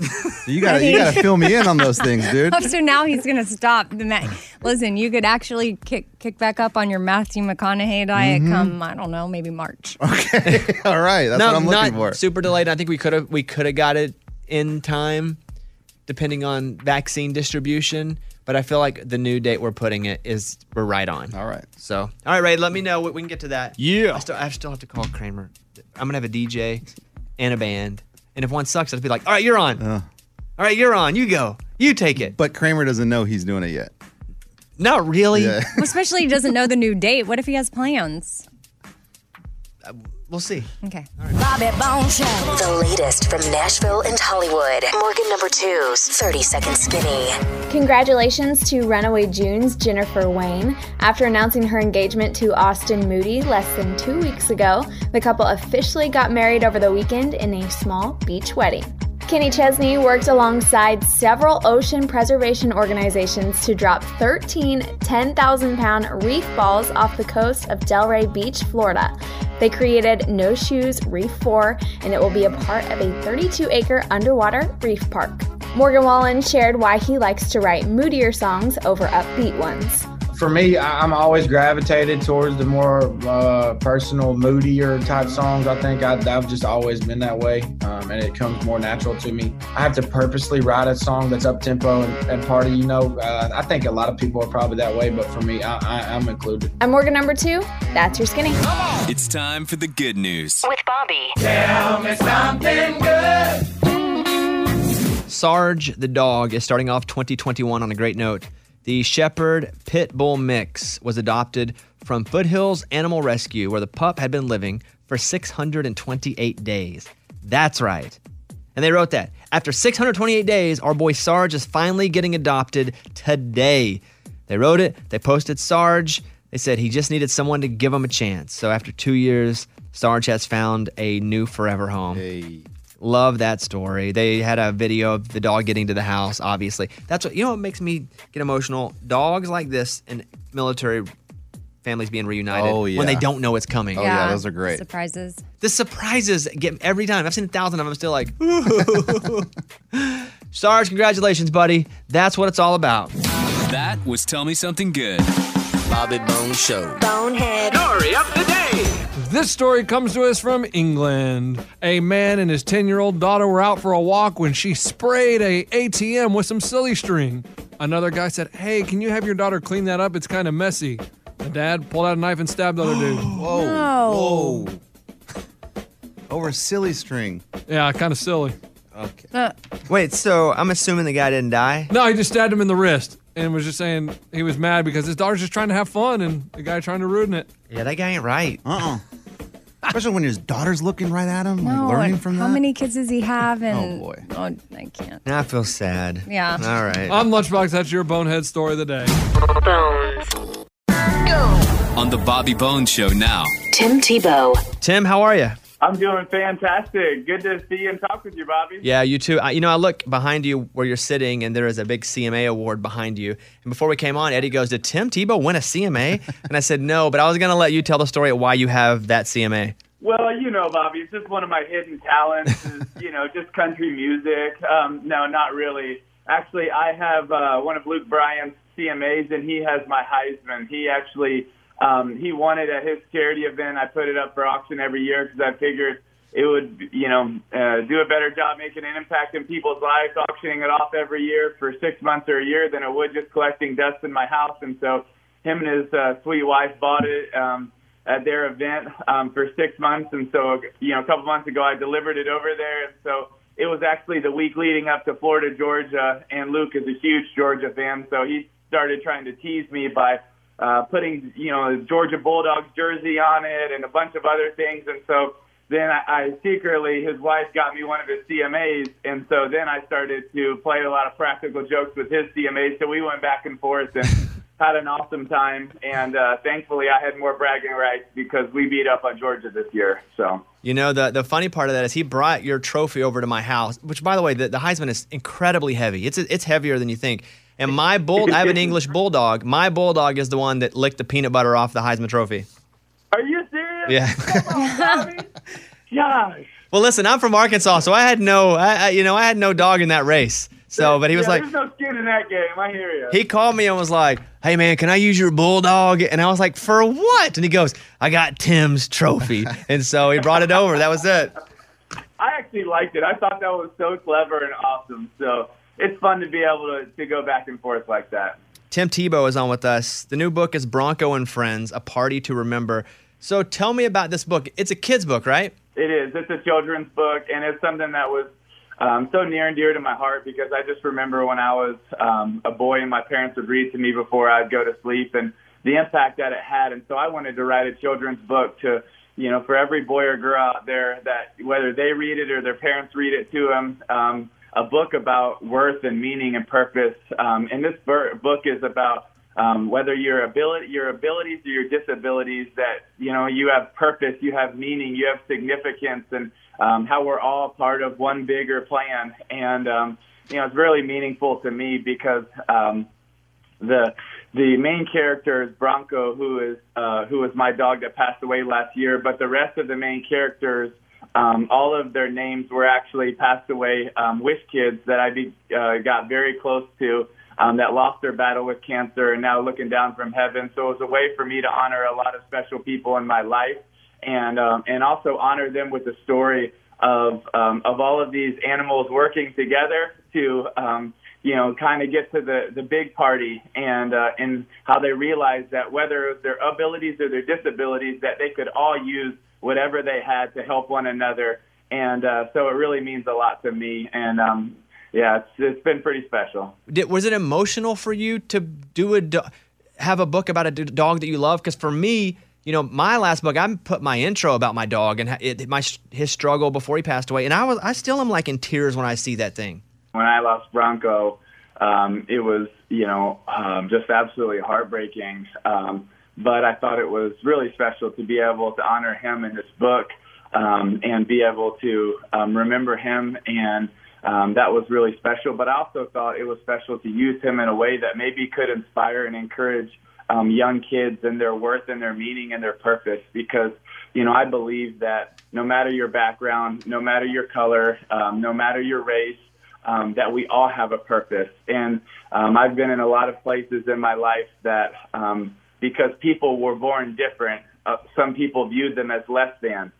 So you gotta
I
you
think-
gotta fill me in on those things, dude.
so now he's gonna stop. The ma- Listen, you could actually kick kick back up on your Matthew McConaughey diet
Mm-hmm.
Mhm.
come I don't know maybe March.
All right, that's
No,
what I'm looking
not
for.
Super delayed. I think we could have we could have got it in time, depending on vaccine distribution. But I feel like the new date we're putting it is we're right on. All
right.
So all right, Ray. Let me know. We we can get to that.
Yeah.
I still, I still have to call Kramer. I'm gonna have a DJ and a band. And if one sucks, I'd be like, all right, you're on. all right, you're on. You go. You take it.
Uh. But Kramer doesn't know he's doing it yet.
Not really.
Especially he doesn't know the new date. What if he has plans?
We'll see.
Okay.
Bobby Bone Show. The latest from Nashville and Hollywood. Morgan number two's 30 Second Skinny.
Congratulations to Runaway June's Jennifer Wayne. After announcing her engagement to Austin Moody less than two weeks ago, the couple officially got married over the weekend in a small beach wedding. Kenny Chesney worked alongside several ocean preservation organizations to drop 13 10,000 pound reef balls off the coast of Delray Beach, Florida. They created No Shoes Reef 4, and it will be a part of a 32 acre underwater reef park. Morgan Wallen shared why he likes to write moodier songs over upbeat ones.
for me, I- I'm always gravitated towards the more uh, personal, moodier type songs. I think I, I've just always been that way, um, and it comes more natural to me. I have to purposely write a song that's up tempo and, and party. You know, uh, I think a lot of people are probably that way, but for me, I, I, I'm included.
I'm Morgan number two. That's your skinny.
It's time for the good news.
With Bobby.
Tell me something
good.
Sarge the dog is starting off 2021 on a great note. The Shepherd Pit Bull mix was adopted from Foothills Animal Rescue, where the pup had been living for 628 days. That's right. And they wrote that after 628 days, our boy Sarge is finally getting adopted today. They wrote it, they posted Sarge. They said he just needed someone to give him a chance. So after two years, Sarge has found a new forever home. Love that story. They had a video of the dog getting to the house, obviously. That's what, you know, what makes me get emotional? Dogs like this and military families being reunited
Oh,
when they
yeah.
don't know it's coming.
Surprises.
The surprises get every time. I've seen a thousand of them. I'm still like, ooh.
Oh,
Sarge, congratulations, buddy. That's what it's all about.
That was Tell Me Something Good.
Bobby Bone Show.
Bonehead. Story of the day.
This story comes to us from England. A man and his 10 year old daughter were out for a walk when she sprayed a ATM with some silly string. Another guy said, Hey, can you have your daughter clean that up? It's kind of messy. The dad pulled out a knife and stabbed the other dude.
Whoa.
No.
Whoa.
Oh,
Over a silly string.
Yeah, kind of silly.
Okay. Wait, so I'm assuming the guy didn't die?
No, he just stabbed him in the wrist and was just saying he was mad because his daughter's just trying to have fun and the guy trying to ruin it.
Yeah, that guy ain't right.
Uh uh Especially when his daughter's looking right at him,
Uh-uh. No,
like learning
and
from
how
that.
many kids does he have? And
Oh, boy.
Oh, I can't.
Now I feel sad.
Yeah.
All right.
I'm Lunchbox. That's your bonehead story of the day.
Oh. On the Bobby Bones Show now.
Tim Tebow.
Tim, how are you?
I'm doing fantastic. Good to see and talk with you, Bobby.
Yeah, you too. I, you know, I look behind you where you're sitting, and there is a big CMA award behind you. And before we came on, Eddie goes, "Did Tim Tebow win a CMA?" and I said, "No," but I was gonna let you tell the story of why you have that CMA.
Well, you know, Bobby, it's just one of my hidden talents. Is, you know, just country music. Um, no, not really. Actually, I have uh, one of Luke Bryan's CMAs, and he has my Heisman. He actually um, he won it at his charity event. I put it up for auction every year because I figured it would, you know, uh, do a better job making an impact in people's lives, auctioning it off every year for six months or a year than it would just collecting dust in my house. And so, him and his uh, sweet wife bought it. Um, at their event um, for six months, and so you know, a couple months ago, I delivered it over there, and so it was actually the week leading up to Florida, Georgia, and Luke is a huge Georgia fan, so he started trying to tease me by uh, putting you know a Georgia Bulldogs jersey on it and a bunch of other things, and so then I, I secretly his wife got me one of his CMAs, and so then I started to play a lot of practical jokes with his CMAs. So we went back and forth and had an awesome time. And uh, thankfully, I had more bragging rights because we beat up on Georgia this year. So
You know, the the funny part of that is he brought your trophy over to my house, which by the way, the, the Heisman is incredibly heavy. It's it's heavier than you think. And my bull, I have an English bulldog. My bulldog is the one that licked the peanut butter off the Heisman Trophy.
are you serious?
Yeah.
Gosh.
Well, listen, I'm from Arkansas, so I had no, I, I, you know, I had no dog in that race. So, but he was
Yeah,
like,
there's no skin in that game. I hear you.
he called me and was like, "Hey, man, can I use your bulldog?" And I was like, "For what?" And he goes, "I got Tim's trophy," and so he brought it over. That was it.
I actually liked it. I thought that was so clever and awesome. So it's fun to be able to, to go back and forth like that.
Tim Tebow is on with us. The new book is Bronco and Friends: A Party to Remember. So, tell me about this book. It's a kids' book, right?
It is. It's a children's book, and it's something that was um, so near and dear to my heart because I just remember when I was um, a boy and my parents would read to me before I'd go to sleep and the impact that it had. And so I wanted to write a children's book to you know, for every boy or girl out there that whether they read it or their parents read it to them, um, a book about worth and meaning and purpose. Um, and this ver- book is about um, whether your ability, your abilities or your disabilities, that you know you have purpose, you have meaning, you have significance, and um, how we're all part of one bigger plan. And um, you know, it's really meaningful to me because um, the the main character is Bronco, who is uh, who was my dog that passed away last year. But the rest of the main characters, um, all of their names were actually passed away um, wish kids that I be, uh, got very close to um, that lost their battle with cancer and now looking down from heaven. So it was a way for me to honor a lot of special people in my life and um, and also honor them with the story of um, of all of these animals working together to um, you know kind of get to the the big party and uh, and how they realize that whether their abilities or their disabilities that they could all use whatever they had to help one another and uh, so it really means a lot to me and um, yeah it's, it's been pretty special.
Did, was it emotional for you to do a do- have a book about a d- dog that you love? Because for me, you know, my last book, I put my intro about my dog and ha- it, my his struggle before he passed away, and I was I still am like in tears when I see that thing.
when I lost Bronco, um, it was you know um, just absolutely heartbreaking. Um, but I thought it was really special to be able to honor him in this book um, and be able to um, remember him, and um, that was really special. But I also thought it was special to use him in a way that maybe could inspire and encourage um, young kids and their worth and their meaning and their purpose because you know I believe that no matter your background, no matter your color, um, no matter your race um, that we all have a purpose. And um, I've been in a lot of places in my life that um, because people were born different, uh, some people viewed them as less than.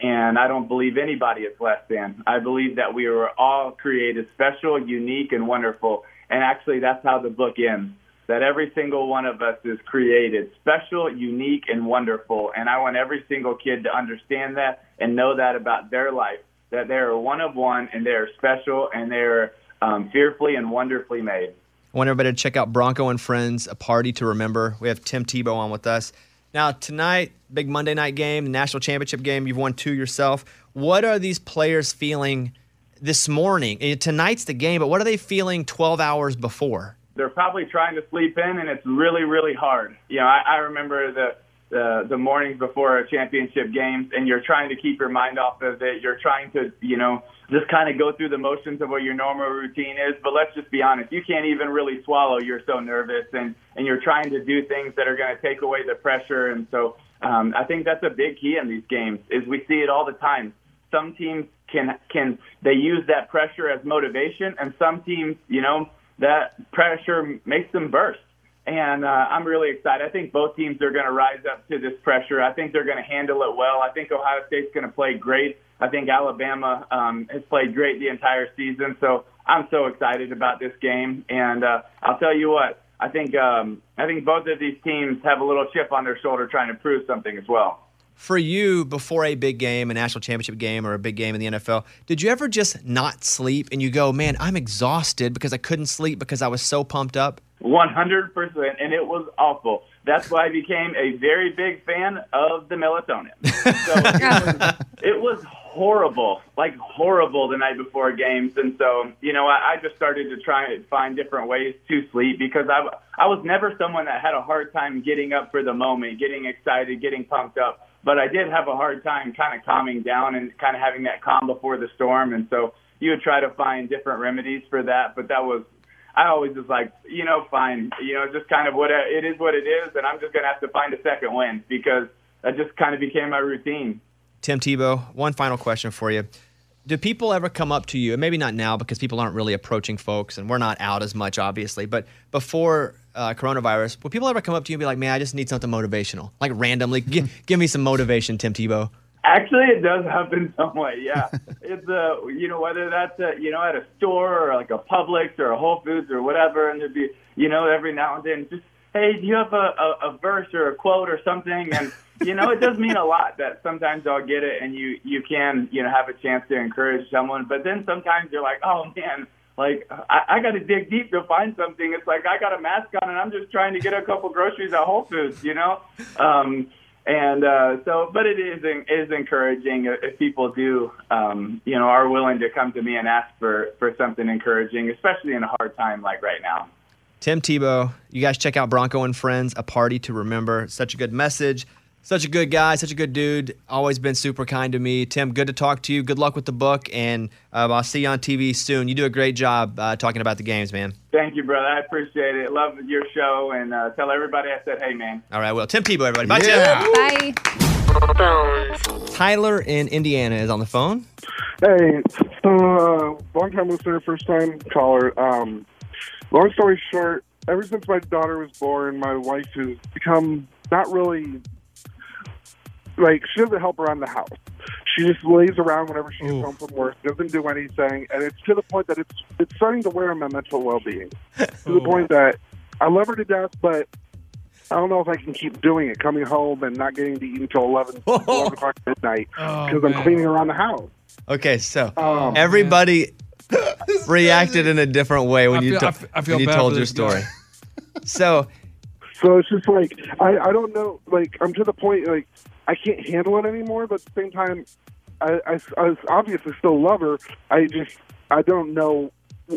And I don't believe anybody is less than. I believe that we were all created special, unique, and wonderful. And actually, that's how the book ends that every single one of us is created special, unique, and wonderful. And I want every single kid to understand that and know that about their life that they are one of one and they are special and they are um, fearfully and wonderfully made.
I want everybody to check out Bronco and Friends, a party to remember. We have Tim Tebow on with us. Now, tonight, big Monday night game, national championship game. You've won two yourself. What are these players feeling this morning? Eh, Tonight's the game, but what are they feeling 12 hours before?
they're probably trying to sleep in, and it's really, really hard. You know, I, I remember the, the the mornings before a championship games, and you're trying to keep your mind off of it. You're trying to, you know, just kind of go through the motions of what your normal routine is. But let's just be honest, you can't even really swallow. You're so nervous, and and you're trying to do things that are going to take away the pressure. And so, um, I think that's a big key in these games is we see it all the time. Some teams can can they use that pressure as motivation, and some teams, you know that pressure makes them burst. And uh, I'm really excited. I think both teams are going to rise up to this pressure. I think they're going to handle it well. I think Ohio State's going to play great. I think Alabama um, has played great the entire season. So I'm so excited about this game. And uh, I'll tell you what, I think um, I think both of these teams have a little chip on their shoulder trying to prove something as well.
For you, before a big game, a national championship game, or a big game in the NFL, did you ever just not sleep and you go, man, I'm exhausted because I couldn't sleep because I was so pumped up?
100%, and it was awful. That's why I became a very big fan of the melatonin. So it, was, it was horrible, like horrible the night before games. And so, you know, I, I just started to try and find different ways to sleep because I, I was never someone that had a hard time getting up for the moment, getting excited, getting pumped up. But I did have a hard time kind of calming down and kind of having that calm before the storm. And so you would try to find different remedies for that. But that was I always just like, you know, fine, you know, just kind of what it is, what it is, and I'm just gonna have to find a second win because that just kind of became my routine.
Tim Tebow, one final question for you. Do people ever come up to you, and maybe not now because people aren't really approaching folks and we're not out as much, obviously, but before uh, coronavirus, would people ever come up to you and be like, man, I just need something motivational? Like randomly, gi- give me some motivation, Tim Tebow.
Actually, it does happen some way. Yeah, it's a you know whether that's a, you know at a store or like a Publix or a Whole Foods or whatever, and there'd be you know every now and then just hey, do you have a, a, a verse or a quote or something? And you know it does mean a lot that sometimes I'll get it and you you can you know have a chance to encourage someone, but then sometimes you're like oh man. Like I, I got to dig deep to find something. It's like I got a mask on and I'm just trying to get a couple groceries at Whole Foods, you know. Um, And uh, so, but it is it is encouraging if if people do, um, you know, are willing to come to me and ask for for something encouraging, especially in a hard time like right now.
Tim Tebow, you guys check out Bronco and Friends, a party to remember. Such a good message. Such a good guy, such a good dude. Always been super kind to me. Tim, good to talk to you. Good luck with the book, and um, I'll see you on TV soon. You do a great job uh, talking about the games, man.
Thank you, brother. I appreciate it. Love your show, and uh, tell everybody I said, hey, man.
All right, well, Tim Tebow, everybody. Bye, Tim.
Bye.
Tyler in Indiana is on the phone.
Hey, so uh, long time listener, first time caller. Um, long story short, ever since my daughter was born, my wife has become not really like she doesn't help around the house. She just lays around whenever she gets home from work, doesn't do anything, and it's to the point that it's it's starting to wear on my mental well being. to the point that I love her to death, but I don't know if I can keep doing it. Coming home and not getting to eat until 11, 12 o'clock at midnight because I'm cleaning around the house.
Okay, so everybody reacted in a different way when
I
you
feel-
to-
I f- I feel
when you
bad
told
for
your
this guy.
story. so,
so it's just like I, I don't know. Like I'm to the point like I can't handle it anymore. But at the same time, I, I, I obviously still love her. I just I don't know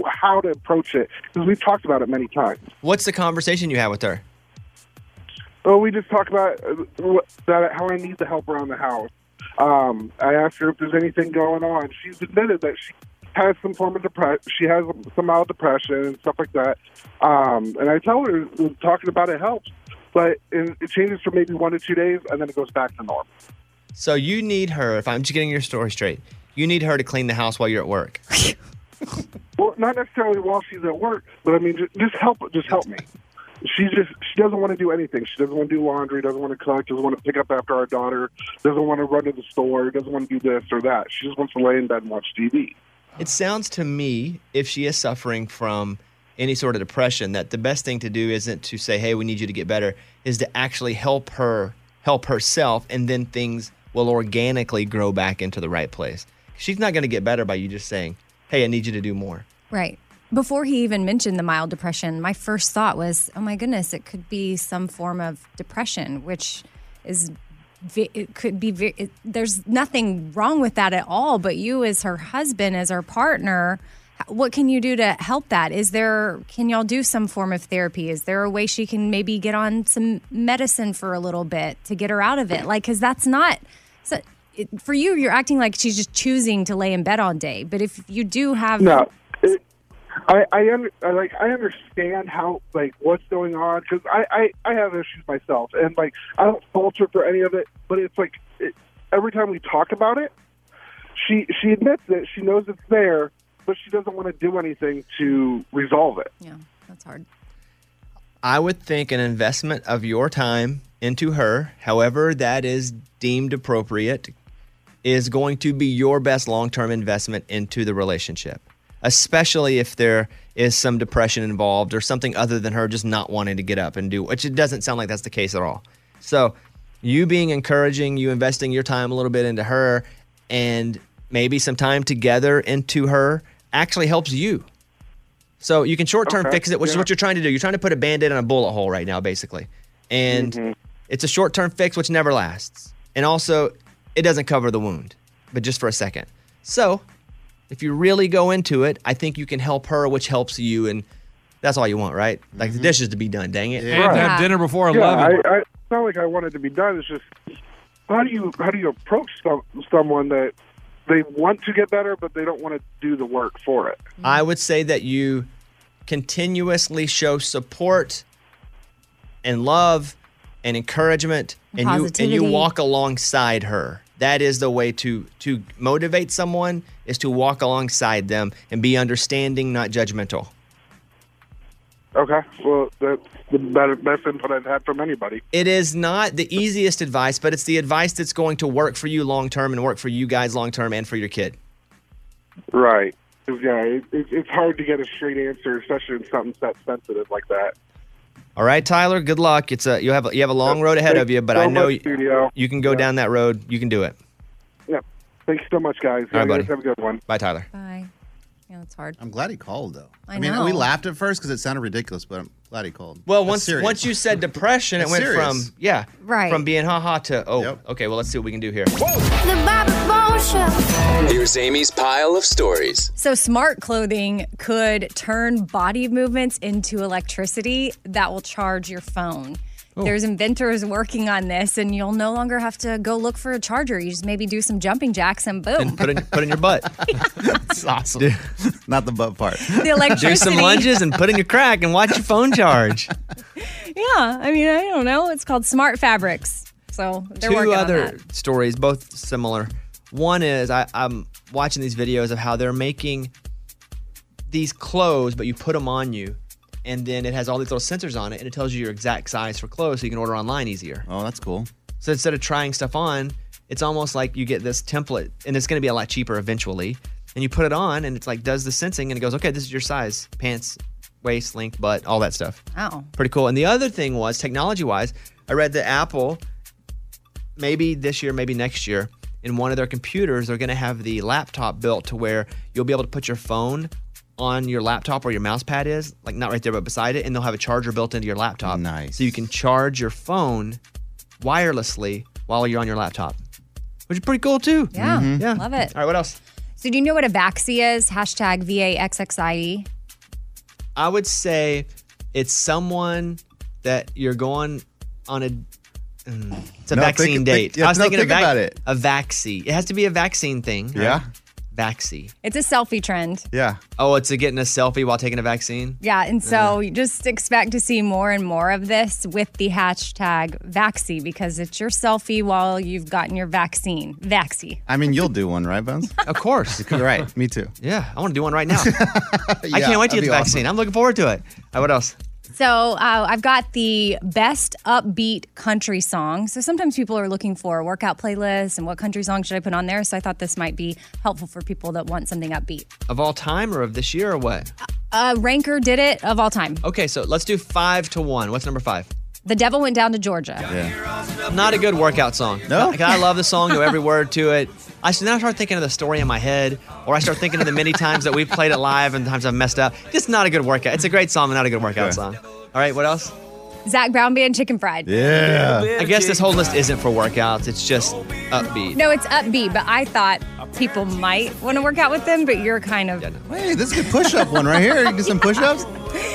how to approach it because we've talked about it many times.
What's the conversation you had with her?
Well, Oh, we just talk about uh, what- that how I need the help around the house. Um, I asked her if there's anything going on. She's admitted that she has some form of depression. She has some mild depression and stuff like that. Um, and I tell her uh, talking about it helps, but it, it changes for maybe one to two days, and then it goes back to normal.
So you need her. If I'm just getting your story straight, you need her to clean the house while you're at work.
Well, not necessarily while she's at work, but I mean, just, just help. Just help me. She just she doesn't want to do anything. She doesn't want to do laundry. Doesn't want to collect. Doesn't want to pick up after our daughter. Doesn't want to run to the store. Doesn't want to do this or that. She just wants to lay in bed and watch TV.
It sounds to me, if she is suffering from any sort of depression, that the best thing to do isn't to say, "Hey, we need you to get better," is to actually help her help herself, and then things will organically grow back into the right place. She's not going to get better by you just saying, "Hey, I need you to do more."
Right. Before he even mentioned the mild depression, my first thought was, oh my goodness, it could be some form of depression, which is, ve- it could be, ve- it, there's nothing wrong with that at all. But you, as her husband, as her partner, h- what can you do to help that? Is there, can y'all do some form of therapy? Is there a way she can maybe get on some medicine for a little bit to get her out of it? Like, cause that's not, so it, for you, you're acting like she's just choosing to lay in bed all day. But if you do have,
No, it, I I, under, I like I understand how like what's going on because I, I I have issues myself and like I don't falter for any of it, but it's like it, every time we talk about it, she she admits it. She knows it's there, but she doesn't want to do anything to resolve it.
Yeah, that's hard.
I would think an investment of your time into her, however that is deemed appropriate, is going to be your best long term investment into the relationship, especially if there is some depression involved or something other than her just not wanting to get up and do, which it doesn't sound like that's the case at all. So, you being encouraging, you investing your time a little bit into her, and maybe some time together into her actually helps you. So you can short term
Okay,
fix it, which is
yeah.
what you're trying to do. You're trying to put a band-aid on a bullet hole right now, basically. And
Mm-hmm.
it's a short term fix which never lasts. And also it doesn't cover the wound, but just for a second. So if you really go into it, I think you can help her, which helps you, and that's all you want, right? Like the dishes to be done, dang it.
And to have Mm-hmm. Right. dinner
before
yeah, I, I, it's not like I want it to be done. It's just how do you how do you approach some, someone that they want to get better, but they don't want to do the work for it?
Mm-hmm. I would say that you continuously show support and love and encouragement and you and you
Positivity.
walk alongside her. That is the way to to motivate someone is to walk alongside them and be understanding, not judgmental.
Okay, well that's the better, best input I've had from anybody.
It is not the easiest advice, but it's the advice that's going to work for you long term and work for you guys long term and for your kid.
Right. Yeah, it, it, it's hard to get a straight answer, especially in something that sensitive like that.
All right, Tyler, good luck. It's a you have a, you have a long road ahead of you, but
so
I know
much,
you, you can go down that road. You can do it.
Yeah. Thanks so much, guys.
All right,
You guys
buddy.
Have a good one.
Bye, Tyler.
Bye. Yeah, that's hard.
I'm glad he called though.
I
mean,
know.
we laughed at first because it sounded ridiculous, but I'm glad he called.
Well,
That's
once
serious.
once you said depression, it
That's
went
serious.
from yeah,
Right. Oh.
from being haha to oh, okay. Well, let's see what we can do here.
Here's Amy's pile of stories.
So, smart clothing could turn body movements into electricity that will charge your phone.
Oh.
There's inventors working on this, and you'll no longer have to go look for a charger. You just maybe do some jumping jacks and boom.
And put in put in your butt. It's awesome.
Not the butt part.
The electricity.
Do some lunges and put in your crack and watch your phone charge.
yeah, I mean, I don't know. It's called smart fabrics. So, they're
Two
working on
other
that.
stories, both similar. One is I, I'm watching these videos of how they're making these clothes, but you put them on you, and then it has all these little sensors on it, and it tells you your exact size for clothes, so you can order online easier.
Oh, that's cool.
So instead of trying stuff on, it's almost like you get this template, and it's going to be a lot cheaper eventually. And you put it on, and it's like does the sensing, and it goes, okay, this is your size, pants, waist, length, butt, all that stuff.
Wow.
Pretty cool. And the other thing was technology wise, I read that Apple, maybe this year, maybe next year, in one of their computers, they're going to have the laptop built to where you'll be able to put your phone on your laptop where your mouse pad is, like not right there, but beside it, and they'll have a charger built into your laptop. Nice. So you can charge your phone wirelessly while you're on your laptop, which is pretty cool too.
Yeah. Love it.
Mm-hmm. All right, what else?
So, do you know what a Vaxi is? Hashtag VAXXIE.
I would say it's someone that you're going on a. mm, It's a
No, think-
vaccine
think-
date.
yeah,
I was
no,
thinking
think
a vac-
about it.
A vaccine. It has to be a vaccine thing. right?
Yeah.
Vaccine.
It's a selfie trend.
Yeah.
Oh, it's a getting a selfie while taking a vaccine.
Yeah, and so you just expect to see more and more of this with the hashtag Vaxi because it's your selfie while you've gotten your vaccine. Vaxi.
I mean, you'll do one, right, Bones?
Of course.
right. Me too.
Yeah, I want to do one right now. I can't wait to
that'd be
get the vaccine. I'm looking forward to it. Uh, what else?
So uh, I've got the best upbeat country song. So sometimes people are looking for a workout playlist and what country song should I put on there. So I thought this might be helpful for people that want something upbeat.
Of all time or of this year or what?
Uh, Ranker did it of all time.
Okay, so let's do five to one. What's number five?
The Devil Went Down to Georgia.
Not a good workout song. No. I love the song, know every word to it. I s- then I start thinking of the story in my head, or I start thinking of the many times that we've played it live and the times I've messed up. Just not a good workout. It's a great song, but not a good workout song. All right, what else?
Zach Brown Band Chicken Fried.
I guess this whole list isn't for workouts. It's just upbeat.
No, it's upbeat, but I thought people might want to work out with them, but you're kind of.
Hey, this is a good push-up one right here. You do some push-ups.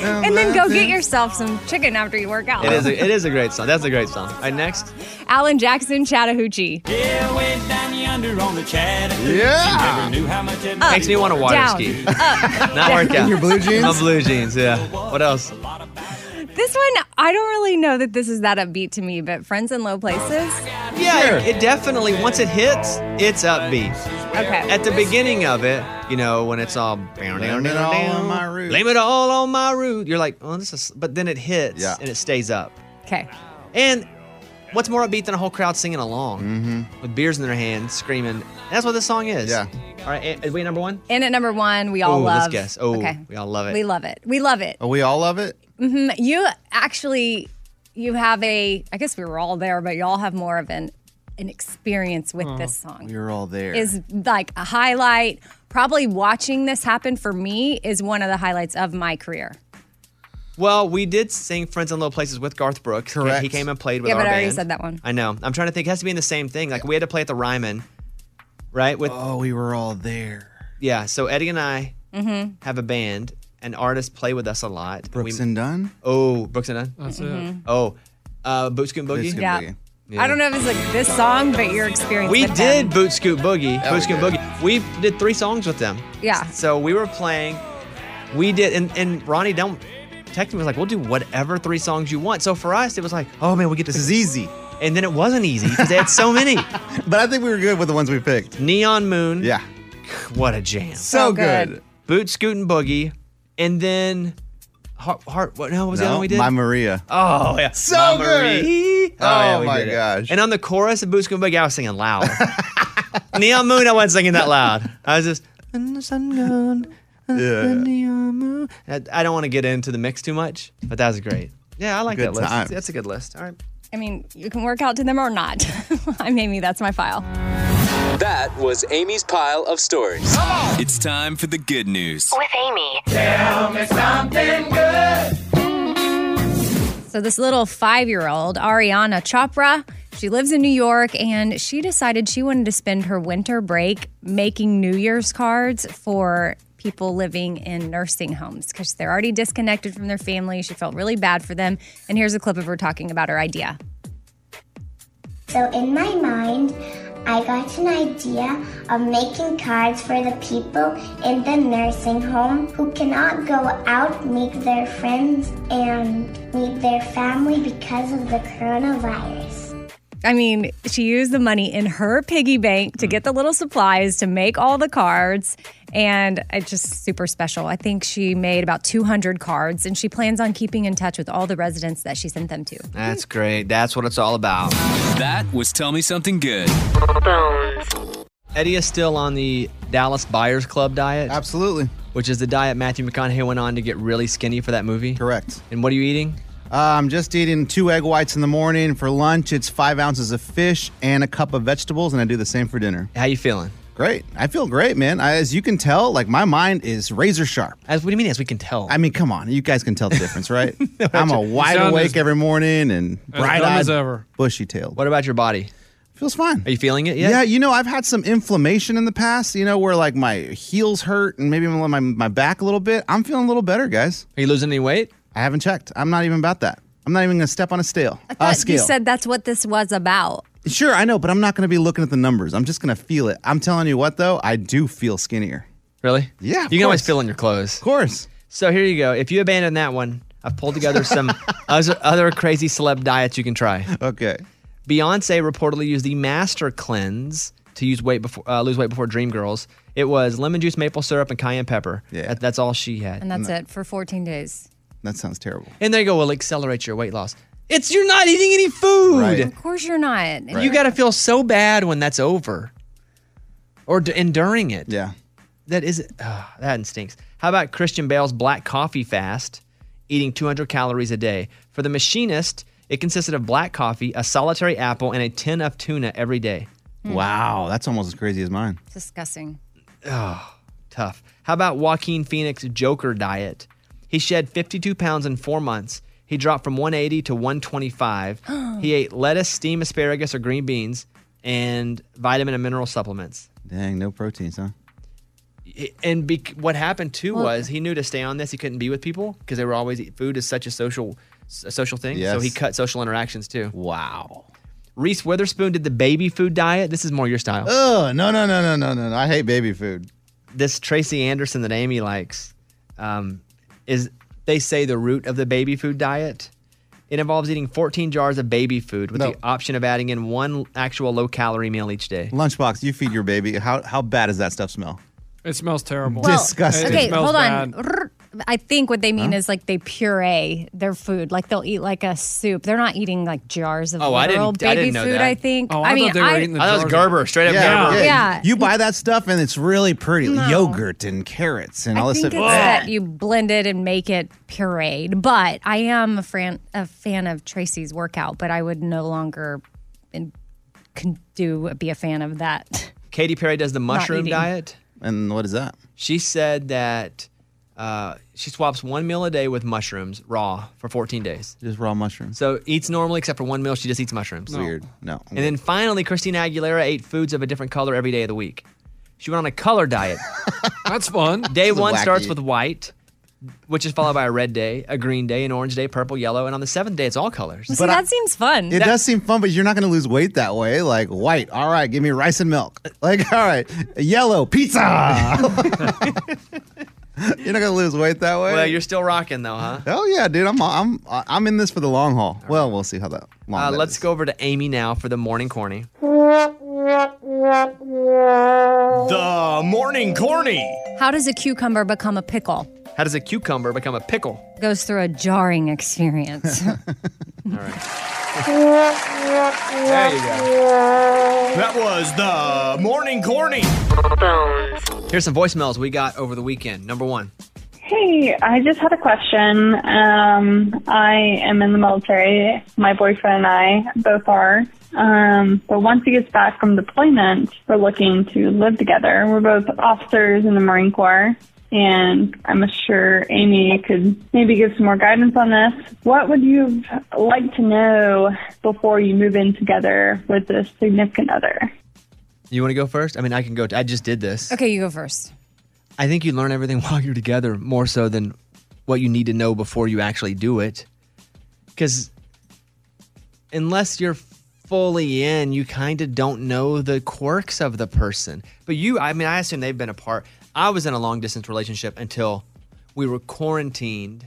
And then go get yourself some chicken after you work out.
It is. A, it is a great song. That's a great song. All right, next.
Alan Jackson, Chattahoochee.
Yeah. Makes me want to water
down,
ski.
Up.
Not workout.
down.
My blue jeans. Yeah. What else?
This one, I don't really know that this is that upbeat to me, but Friends in Low Places.
Yeah, it, it definitely, once it hits, it's upbeat.
Okay.
At the beginning of it, you know, when it's all down, down, down,
Blame it all
down,
on my route.
blame it all on my root. You're like, oh, this is, but then it hits
Yeah.
and it stays up.
Okay.
And what's more upbeat than a whole crowd singing along
Mm-hmm.
with beers in their hands, screaming? That's what this song is. Yeah. All right, and- is we number one?
In at number one, we all
Ooh,
love.
Let's guess. Oh,
okay.
we all love it.
We love it. We love it.
Oh, we all love it.
hmm You actually, you have a. I guess we were all there, but y'all have more of an an experience with this song.
We were all there.
Is like a highlight. Probably watching this happen for me is one of the highlights of my career.
Well, we did sing Friends in Low Places with Garth Brooks. Correct. He came and played with
yeah,
our
but I already
band.
said that one.
I know. I'm trying to think. It has to be in the same thing. Like we had to play at the Ryman, right? With oh, we were all there. Yeah. So Eddie and I
Mm-hmm.
have a band, and artists play with us a lot.
Brooks and Dunn.
Oh, Brooks and Dunn.
That's it. Mhm.
Oh, uh, Boot Scoot Boogie.
Boot Scoot Yeah. Boogie. I don't know if it's like this song, but your experience.
We
with
did
Them.
Boot Scoot Boogie. Boot Scoot Boogie. We did three songs with them.
Yeah.
So we were playing. We did, and, and Ronnie Dunn texted me was like, "We'll do whatever three songs you want." So for us, it was like, "Oh man, we get this is easy." And then it wasn't easy because they had so many.
but I think we were good with the ones we picked.
Neon Moon.
Yeah.
What a jam.
So So good. good.
Boot Scootin' Boogie, and then Heart. heart what? No, what was the
No,
other one we did?
My Maria.
Oh yeah,
So
Mamma
good.
Mia.
Oh,
yeah, we
my
did it.
gosh.
And on the chorus of Boots Goon Boogie, I was singing loud. Neon Moon, I wasn't singing that loud. I was just. And the sun gone.
Yeah.
I, I don't want to get into the mix too much, but that was great. Yeah, I like
Good
that list.
time.
That's a good list. All right.
I mean, you can work out to them or not. I'm Amy. That's my file.
That was Amy's pile of stories. It's time for the good news.
With Amy.
Tell
me something good.
So, this little five year old, Ariana Chopra, she lives in New York and she decided she wanted to spend her winter break making New Year's cards for people living in nursing homes because they're already disconnected from their family. She felt really bad for them. And here's a clip of her talking about her idea.
So in my mind, I got an idea of making cards for the people in the nursing home who cannot go out, meet their friends, and meet their family because of the coronavirus.
I mean, she used the money in her piggy bank to get the little supplies to make all the cards. And it's just super special. I think she made about 200 cards and she plans on keeping in touch with all the residents that she sent them
Uh,
to.
That's great. That's what it's all about.
That was Tell Me Something Good.
Eddie is still on the Dallas Buyers Club diet.
Absolutely.
Which is the diet Matthew McConaughey went on to get really skinny for that movie.
Correct.
And what are you eating?
Uh, I'm just eating two egg whites in the morning. For lunch, it's five ounces of fish and a cup of vegetables, and I do the same for dinner.
How you feeling?
Great. I feel great, man. I, as you can tell, like my mind is razor sharp.
As what do you mean? As we can tell?
I mean, come on, you guys can tell the difference, right? I'm a wide
sound
awake
as-
every morning and
as dumb
bright eyed,
as ever.
bushy tailed.
What about your body?
Feels fine.
Are you feeling it yet?
Yeah, you know, I've had some inflammation in the past, you know, where like my heels hurt and maybe my, my back a little bit. I'm feeling a little better, guys.
Are you losing any weight?
I haven't checked. I'm not even about that. I'm not even going to step on a scale.
But
A scale.
You said that's what this was about.
sure, I know, but I'm not going to be looking at the numbers. I'm just going to feel it. I'm telling you what, though, I do feel skinnier.
Really?
Yeah.
You can always fill in your clothes. Of
course.
So here you go. If you abandon that one, I've pulled together some other, other crazy celeb diets you can try.
Okay.
Beyonce reportedly used the Master Cleanse to use weight before uh, lose weight before Dreamgirls. It was lemon juice, maple syrup, and cayenne pepper. Yeah. that's all she had.
And that's it for 14 days.
That sounds terrible.
And they go, well, accelerate your weight loss. It's you're not eating any food.
Of course you're not. And
You got to feel so bad when that's over, or d- enduring it.
Yeah,
that is ah, that stinks. How about Christian Bale's black coffee fast, eating 200 calories a day? For the machinist, it consisted of black coffee, a solitary apple, and a tin of tuna every day.
Hmm.
Wow, that's almost as crazy as mine.
disgusting.
Oh, tough. How about Joaquin Phoenix Joker diet? He shed 52 pounds in four months. He dropped from 180 to 125. he ate lettuce, steamed asparagus, or green beans, and vitamin and mineral supplements.
Dang, no proteins, huh?
I- And bec what happened too
Well-
was he knew to stay on this, he couldn't be with people because they were always food is such a social, a social thing. So
Yes.
he cut social interactions too.
Wow.
Reese Witherspoon did the baby food diet. This is more your style.
Oh, no, no, no, no, no, no, no. I hate baby food.
This Tracy Anderson that Amy likes um, is they say the root of the baby food diet. It involves eating 14 jars of baby food with
No.
the option of adding in one actual low calorie meal each day.
Lunchbox, you feed your baby. How how bad does that stuff smell?
It smells terrible.
Well, Disgusting.
Okay,
It smells
hold
bad.
on. Rrr. I think what they mean
Huh?
is like they puree their food, like they'll eat like a soup. They're not eating like jars of
Oh, I
literal
didn't-
baby
I didn't know
food.
that.
I think.
Oh, I
I,
thought
mean,
they were eating the I thought it was jars. Gerber, straight up Gerber. Yeah.
You buy that stuff and it's really pretty. Yogurt and carrots and all
I
this
think it's
stuff.
that you blend it and make it pureed. But I am a fan, a fan of Tracy's workout, but I would no longer in, can do be a fan of that.
Katy Perry does the
Not
mushroom
eating.
diet.
And what is that?
She said that uh, she swaps one meal a day with mushrooms raw for 14 days.
Just raw mushrooms.
So eats normally except for one meal. She just eats mushrooms.
It's Weird. No.
And then finally, Christina Aguilera ate foods of a different color every day of the week. She went on a color diet.
That's fun.
Day
This is
one
wacky.
starts with white, which is followed by a red day, a green day, an orange day, purple, yellow, and on the seventh day, it's all colors.
See, that seems fun.
It does seem fun, but you're not going to lose weight that way. Like white, all right, give me rice and milk.
Uh,
Like all right, yellow pizza. you're not going to lose weight that way.
Well, you're still rocking though, huh?
Oh yeah, dude, I'm I'm I'm in this for the long haul. Well, we'll see how that long.
Uh,
that
let's go over to Amy now for the morning corny.
The
morning corny.
How does a cucumber become a pickle?
How does a cucumber become a pickle?
Goes through a jarring experience.
There
you
go.
That was the morning corny. Here's some voicemails we got over the weekend. Number one.
Hey, I just had a question. Um, I am in the military. My boyfriend and I both are. Um, but once he gets back from deployment, we're looking to live together. We're both officers in the Marine Corps, and I'm sure Amy could maybe give some more guidance on this. What would you like to know before you move in together with a significant other?
You want to go first? I mean, I can go. T- I just did this.
Okay, you go first.
I think you learn everything while you're together more so than what you need to know before you actually do it. Because unless you're fully in, you kind of don't know the quirks of the person. But you, I mean, I assume they've been apart. I was in a long distance relationship until we were quarantined.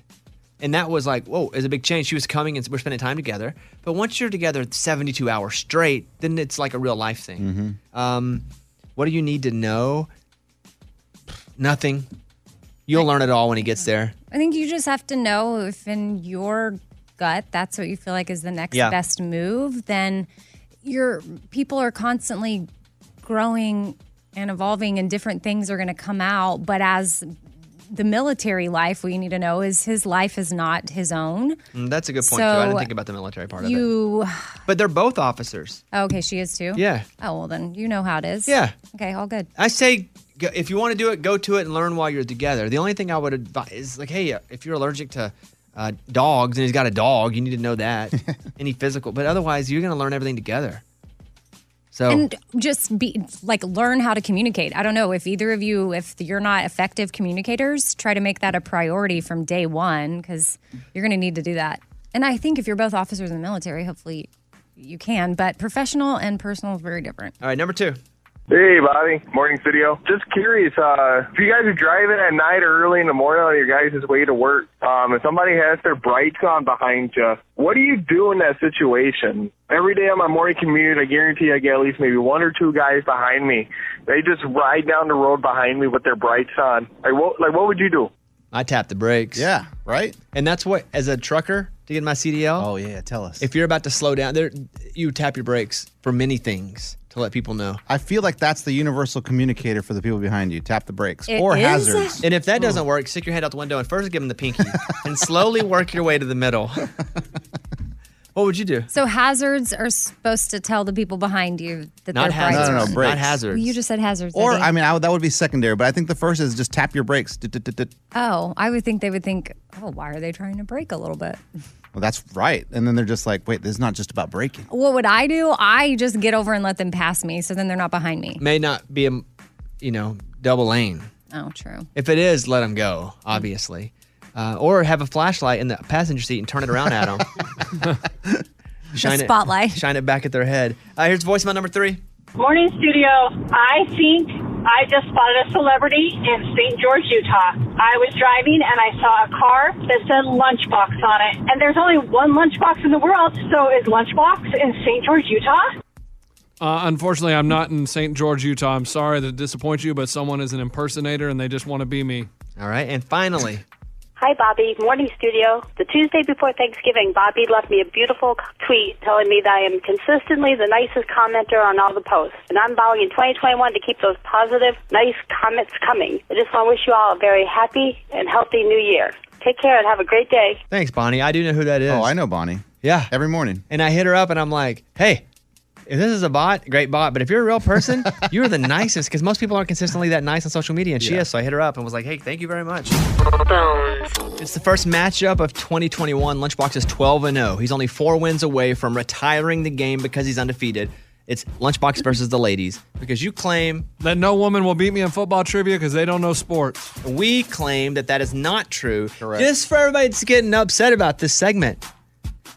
And that was like, whoa, is a big change. She was coming and we're spending time together. But once you're together 72 hours straight, then it's like a real life thing.
Mm-hmm.
Um, what do you need to know? Nothing. You'll learn it all when he gets there.
I think you just have to know if in your gut that's what you feel like is the next
Yeah.
best move, then your people are constantly growing and evolving and different things are going to come out, but as the military life we need to know is his life is not his own.
Mm, that's a good point too. I didn't
So,
think about the military part of
You
it. But they're both officers.
oh, okay, she is too.
Yeah.
Oh well, then you know how it is.
Yeah.
Okay, all good.
I say go, if you want to do it, go to it and learn while you're together. The only thing I would advise is like, hey, uh, if you're allergic to uh, dogs and he's got a dog, you need to know that. Any physical, but otherwise, you're going to learn everything together. So
And just be like, learn how to communicate. I don't know if either of you, if you're not effective communicators, try to make that a priority from day one because you're going to need to do that. And I think if you're both officers in the military, hopefully you can, but professional and personal is very different.
All right, number two.
Hey, Bobby. Morning, studio. Just curious, uh, if you guys are driving at night or early in the morning on your guys' way to work, um, if somebody has their brights on behind you, what do you do in that situation? Every day on my morning commute, I guarantee I get at least maybe one or two guys behind me. They just ride down the road behind me with their brights on. Like, what, like, what would you do?
I tap the brakes. Yeah, right. And that's what, as a trucker, to get my CDL. Oh yeah, tell us. If you're about to slow down, there you tap your brakes for many things to let people know.
I feel like that's the universal communicator for the people behind you. Tap the brakes
It
or
is?
hazards.
And if that doesn't work, stick your head out the window and first give them the pinky, and slowly work your way to the middle. what would you do?
So, hazards are supposed to tell the people behind you that
Not
they're
hazards.
bright.
No, no, no, brakes. Not hazards.
You just said hazards.
Or
okay.
I mean, I would, that would be secondary, but I think the first is just tap your brakes. Dut, dut, dut, dut.
oh, I would think they would think, oh, why are they trying to break a little bit?
Well, that's right. And then they're just like, wait, this is not just about braking.
What would I do? I just get over and let them pass me so then they're not behind me.
May not be a, you know, double lane.
Oh, true.
If it is, let them go, obviously. Uh, or have a flashlight in the passenger seat and turn it around at them.
spotlight.
It, shine it back at their head. Uh, here's voicemail number three.
Morning, studio. I think I just spotted a celebrity in St. George, Utah. I was driving and I saw a car that said lunchbox on it. And there's only one lunchbox in the world, so is lunchbox in St. George, Utah?
Uh, unfortunately, I'm not in St. George, Utah. I'm sorry to disappoint you, but someone is an impersonator and they just want to be me.
All right. And finally,
Hi, Bobby. Morning, studio. The Tuesday before Thanksgiving, Bobby left me a beautiful c- tweet telling me that I am consistently the nicest commenter on all the posts. And I'm vowing in 2021 to keep those positive, nice comments coming. I just want to wish you all a very happy and healthy new year. Take care and have a great day.
thanks, Bonnie. I do know who that is. Oh, I know Bonnie. Yeah. Every morning. And I hit her up and I'm like, hey, if this is a bot, great bot. But if you're a real person, you're the nicest because most people aren't consistently that nice on social media. And she is. So I hit her up and was like, hey, thank you very much. It's the first matchup of 2021. Lunchbox is 12 and 0. He's only four wins away from retiring the game because he's undefeated. It's Lunchbox versus the ladies because you claim
that no woman will beat me in football trivia because they don't know sports.
We claim that that is not true. Correct. Just for everybody that's getting upset about this segment,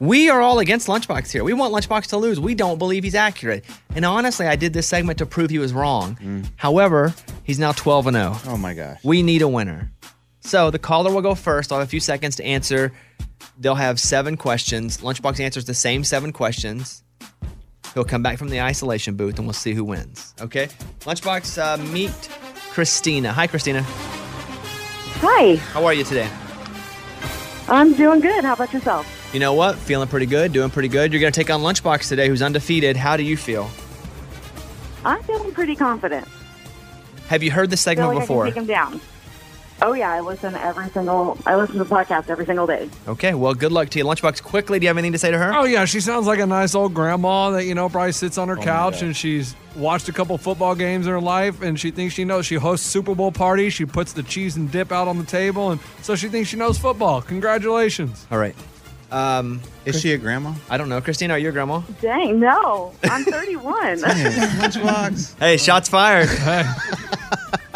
we are all against Lunchbox here. We want Lunchbox to lose. We don't believe he's accurate. And honestly, I did this segment to prove he was wrong. However, he's now 12 and 0. Mm. Oh my gosh. We need a winner. So the caller will go first. I'll have a few seconds to answer. They'll have seven questions. Lunchbox answers the same seven questions. He'll come back from the isolation booth and we'll see who wins. Okay? Lunchbox, uh, meet Christina. Hi, Christina.
Hi,
How are you today?
I'm doing good. How about yourself?
You know what? Feeling pretty good, doing pretty good. You're going to take on Lunchbox today, who's undefeated. How do you feel?
I'm feeling pretty confident.
Have you heard this
Feel
segment
like I
before?
can take him down. Oh yeah, I listen every single. I listen to the podcast every single day.
Okay, well, good luck to you. Lunchbox, quickly, do you have anything to say to her?
Oh yeah, she sounds like a nice old grandma that you know probably sits
Oh
on her couch and she's watched a couple football games in her life and she thinks she knows. She hosts Super Bowl parties. She puts the cheese and dip out on the table, and so she thinks she knows football. Congratulations.
All right. Um, Is she a grandma? I don't know. Christina, are you a grandma?
Dang, no, I'm 31.
Lunchbox. hey, shots fired.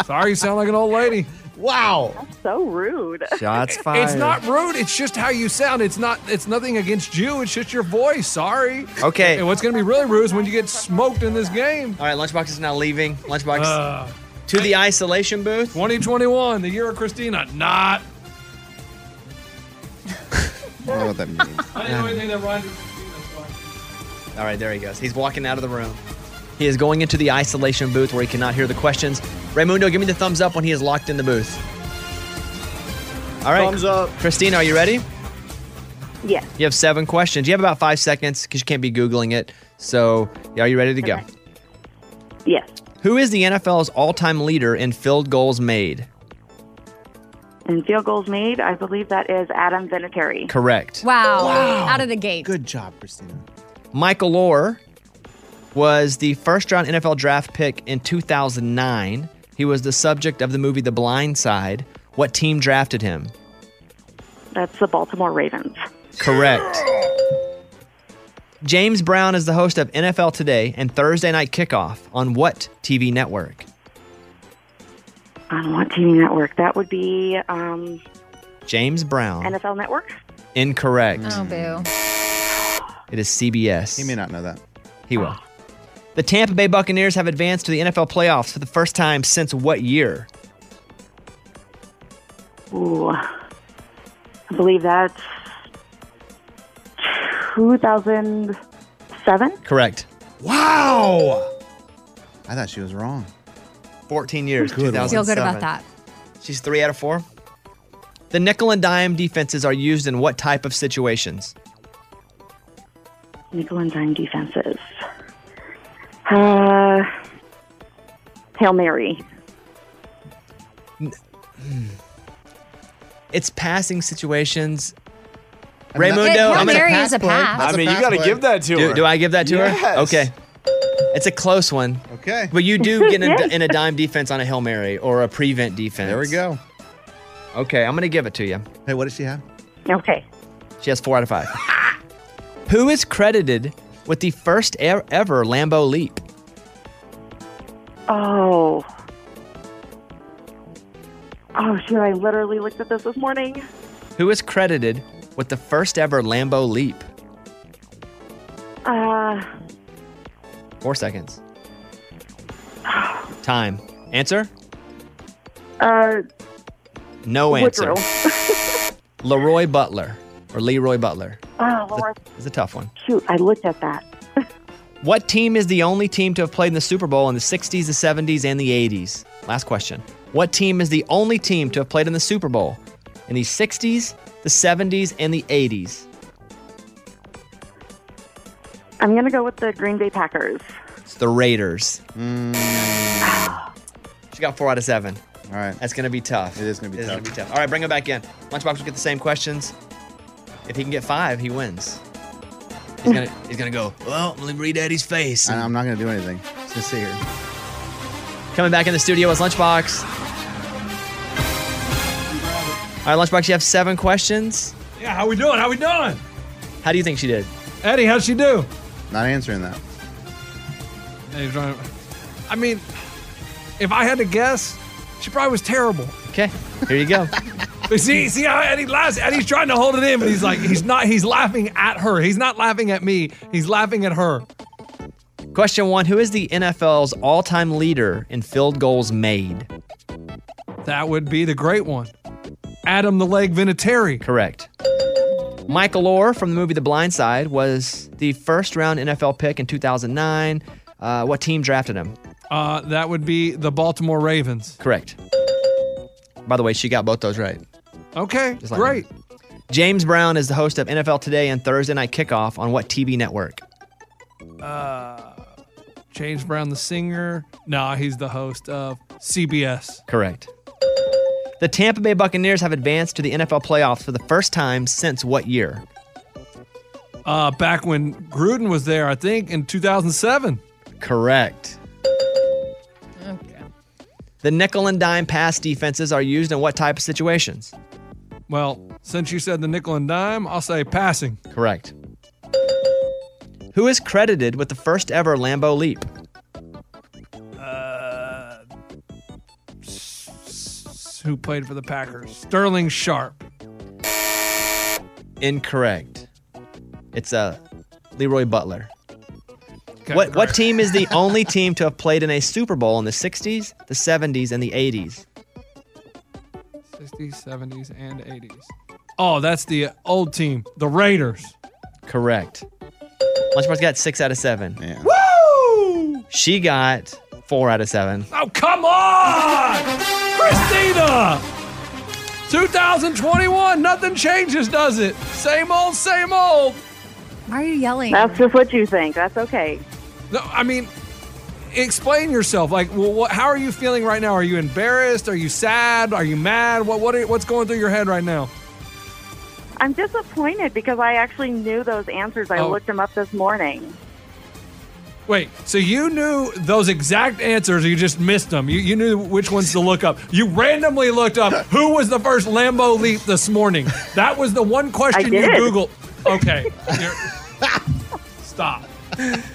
Sorry, you sound like an old lady.
Wow.
That's so rude.
Shots
It's not rude. It's just how you sound. It's not. It's nothing against you. It's just your voice. Sorry.
Okay.
And what's gonna be really rude is when you get smoked in this game. Uh,
All right, Lunchbox is now leaving. Lunchbox to the isolation booth.
2021, the year of Christina. Not.
I don't know what that means.
I didn't know anything that rhymed.
All right, there he goes. He's walking out of the room. He is going into the isolation booth where he cannot hear the questions. Raymundo, give me the thumbs up when he is locked in the booth. All right.
Thumbs up.
Christina, are you ready?
Yes.
You have seven questions. You have about five seconds because you can't be Googling it. So, yeah, are you ready to go?
Yes.
Who is the NFL's all time leader in field goals made?
And field goals made, I believe that is Adam Vinatieri.
Correct.
Wow. Out of the gate.
Good job, Christina. Michael Orr was the first round NFL draft pick in 2009. He was the subject of the movie The Blind Side. What team drafted him?
That's the Baltimore Ravens.
Correct. James Brown is the host of NFL Today and Thursday Night Kickoff on what TV network?
On what TV network? That would be um,
James Brown.
NFL Network.
Incorrect.
Oh.
Mm.
boo.
It is CBS. He may not know that. He will. The Tampa Bay Buccaneers have advanced to the NFL playoffs for the first time since what year?
Ooh. I believe that's 2007.
Correct.
Wow. I thought she was wrong.
14 years.
one.
2007.
Feel good about that.
She's three out of four. The nickel and dime defenses are used in what type of situations?
Nickel and dime defenses. Uh, Hail Mary.
It's passing situations.
I mean, that- Yeah,
Raymundo,
Hail
I'm gonna
Mary is a
play.
pass. That's
I mean, a you pass gotta play. give that to
Do-
her.
Do I give that to
Yes.
her? Okay. It's a close one.
Okay.
But you do get in a,
Yes.
in a dime defense on a Hail Mary or a prevent defense. There we go. Okay, I'm going to give it to you. Hey, what does she have?
Okay.
She has four out of five. Who is credited with the first e- ever Lambo leap?
Oh. Oh, shoot. I literally looked at this this morning.
Who is credited with the first ever Lambo leap?
Uh,
Four seconds. Time. Answer?
uh,
No answer.
Woodrow.
Leroy Butler or Leroy Butler.
oh, Lord.
It's a tough one.
Shoot. I looked at that.
What team is the only team to have played in the Super Bowl in the 60s, the 70s, and the 80s? Last question. What team is the only team to have played in the Super Bowl in the 60s, the 70s, and the 80s?
I'm going to go with the Green Bay Packers.
It's the Raiders. She got four out of seven. All right. That's going to be tough. It is going to be tough. It's going to be tough. All right, bring him back in. Lunchbox will get the same questions. If he can get five, he wins. He's going to he's gonna go, well, let me read Eddie's face.
I- I'm not going to do anything. Just gonna sit here.
Coming back in the studio is Lunchbox. All right, Lunchbox, you have seven questions.
Yeah. How we doing? How we doing?
How do you think she did?
Eddie, how'd she do?
Not answering that.
Hey, John, I mean, if I had to guess, she probably was terrible.
Okay. Here you go.
But see, see how Eddie laughs. Eddie's trying to hold it in, but he's like, he's not. He's laughing at her. He's not laughing at me. He's laughing at her.
Question one Who is the NFL's all time leader in field goals made?
That would be the great one, Adam the Leg Vinatieri.
Correct. Michael Orr from the movie The Blind Side was the first round NFL pick in 2009. Uh, what team drafted him?
Uh, that would be the Baltimore Ravens.
Correct. By the way, she got both those right.
Okay,
Just like
great.
James Brown is the host of NFL Today and Thursday Night Kickoff on what TV network?
Uh, James Brown, the singer. Nah, he's the host of CBS.
Correct. The Tampa Bay Buccaneers have advanced to the NFL playoffs for the first time since what year?
Uh, back when Gruden was there, I think in 2007.
Correct. The nickel and dime pass defenses are used in what type of situations?
Well, since you said the nickel and dime, I'll say passing.
Correct. Who is credited with the first ever Lambo leap?
Uh, Who played for the Packers? Sterling Sharp.
Incorrect. It's uh, Leroy Butler. what what team is the only team to have played in a Super Bowl in the 60s, the 70s, and the 80s?
60s, 70s, and 80s. Oh, that's the old team, the Raiders.
Correct. Lunchbox got six out of seven.
Woo!
She got four out of seven.
Oh, come on! Christina! 2021, nothing changes, does it? Same old, same old.
Why are you yelling?
That's just what you think. That's okay.
No, I mean, explain yourself. Like, well, what, how are you feeling right now? Are you embarrassed? Are you sad? Are you mad? What, what are, what's going through your head right now?
I'm disappointed because I actually knew those answers. I
Oh.
looked them up this morning.
Wait, so you knew those exact answers, you just missed them. You, you knew which ones to look up. You randomly looked up who was the first Lambo leap this morning. That was the one question you
did.
Googled. Okay. you're- stop.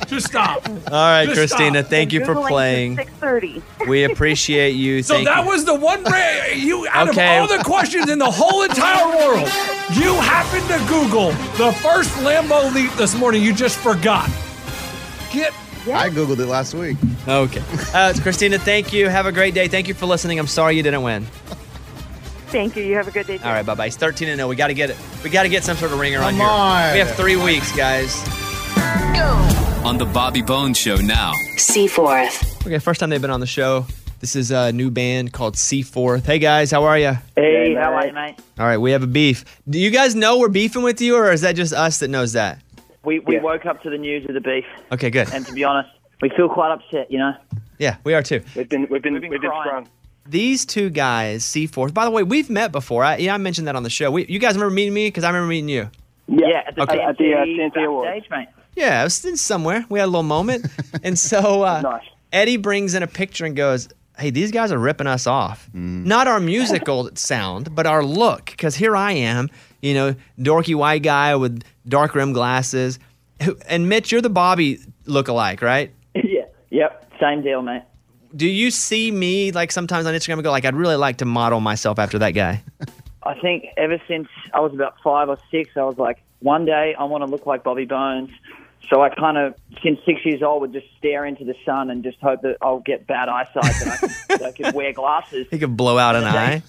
Just stop.
All right,
Just
Christina,
stop.
thank you for playing.
Six thirty.
We appreciate you.
So
Thank
that
you.
was the one ra- you out
Okay.
of all the questions in the whole entire world, you happened to Google the first Lambo leap this morning. You just forgot. Get
I Googled it last week.
Okay. Uh, Christina, thank you. Have a great day. Thank you for listening. I'm sorry you didn't win.
Thank you. You have a good day.
All right, bye bye. It's 13 and 0. We got to get it. We got to get some sort of ringer on
Come
here.
on.
We have three weeks, guys.
On the Bobby Bones Show now.
Seaforth. Okay, first time they've been on the show. This is a new band called Seaforth. Hey guys, how are you?
Hey, how are you, mate?
All right, we have a beef. Do you guys know we're beefing with you, or is that just us that knows that?
We, we woke up to the news of the beef,
Okay, good.
and to be honest, we feel quite upset, you know?
Yeah, we are too.
We've been, we've been, we've been, crying.
These two guys, Seaforth. By the way, we've met before. I, yeah, I mentioned that on the show. We, you guys remember meeting me because I remember meeting you.
Yeah, at the,
Okay.
okay.
At the, uh, TNT Awards.
stage, mate.
Yeah, it was in somewhere. We had a little moment. and so uh, Eddie brings in a picture and goes, Hey, these guys are ripping us off.
Mm-hmm.
Not our musical sound, but our look. Because here I am, you know, dorky white guy with dark rim glasses. Who- And Mitch, you're the Bobby look-alike, right?
yeah, yep, same deal, mate.
Do you see me like sometimes on Instagram and go like I'd really like to model myself after that guy?
I think ever since I was about five or six, I was like, one day I want to look like Bobby Bones. So I kind of, since six years old, would just stare into the sun and just hope that I'll get bad eyesight and I can, that I can wear glasses.
He could blow out an eye.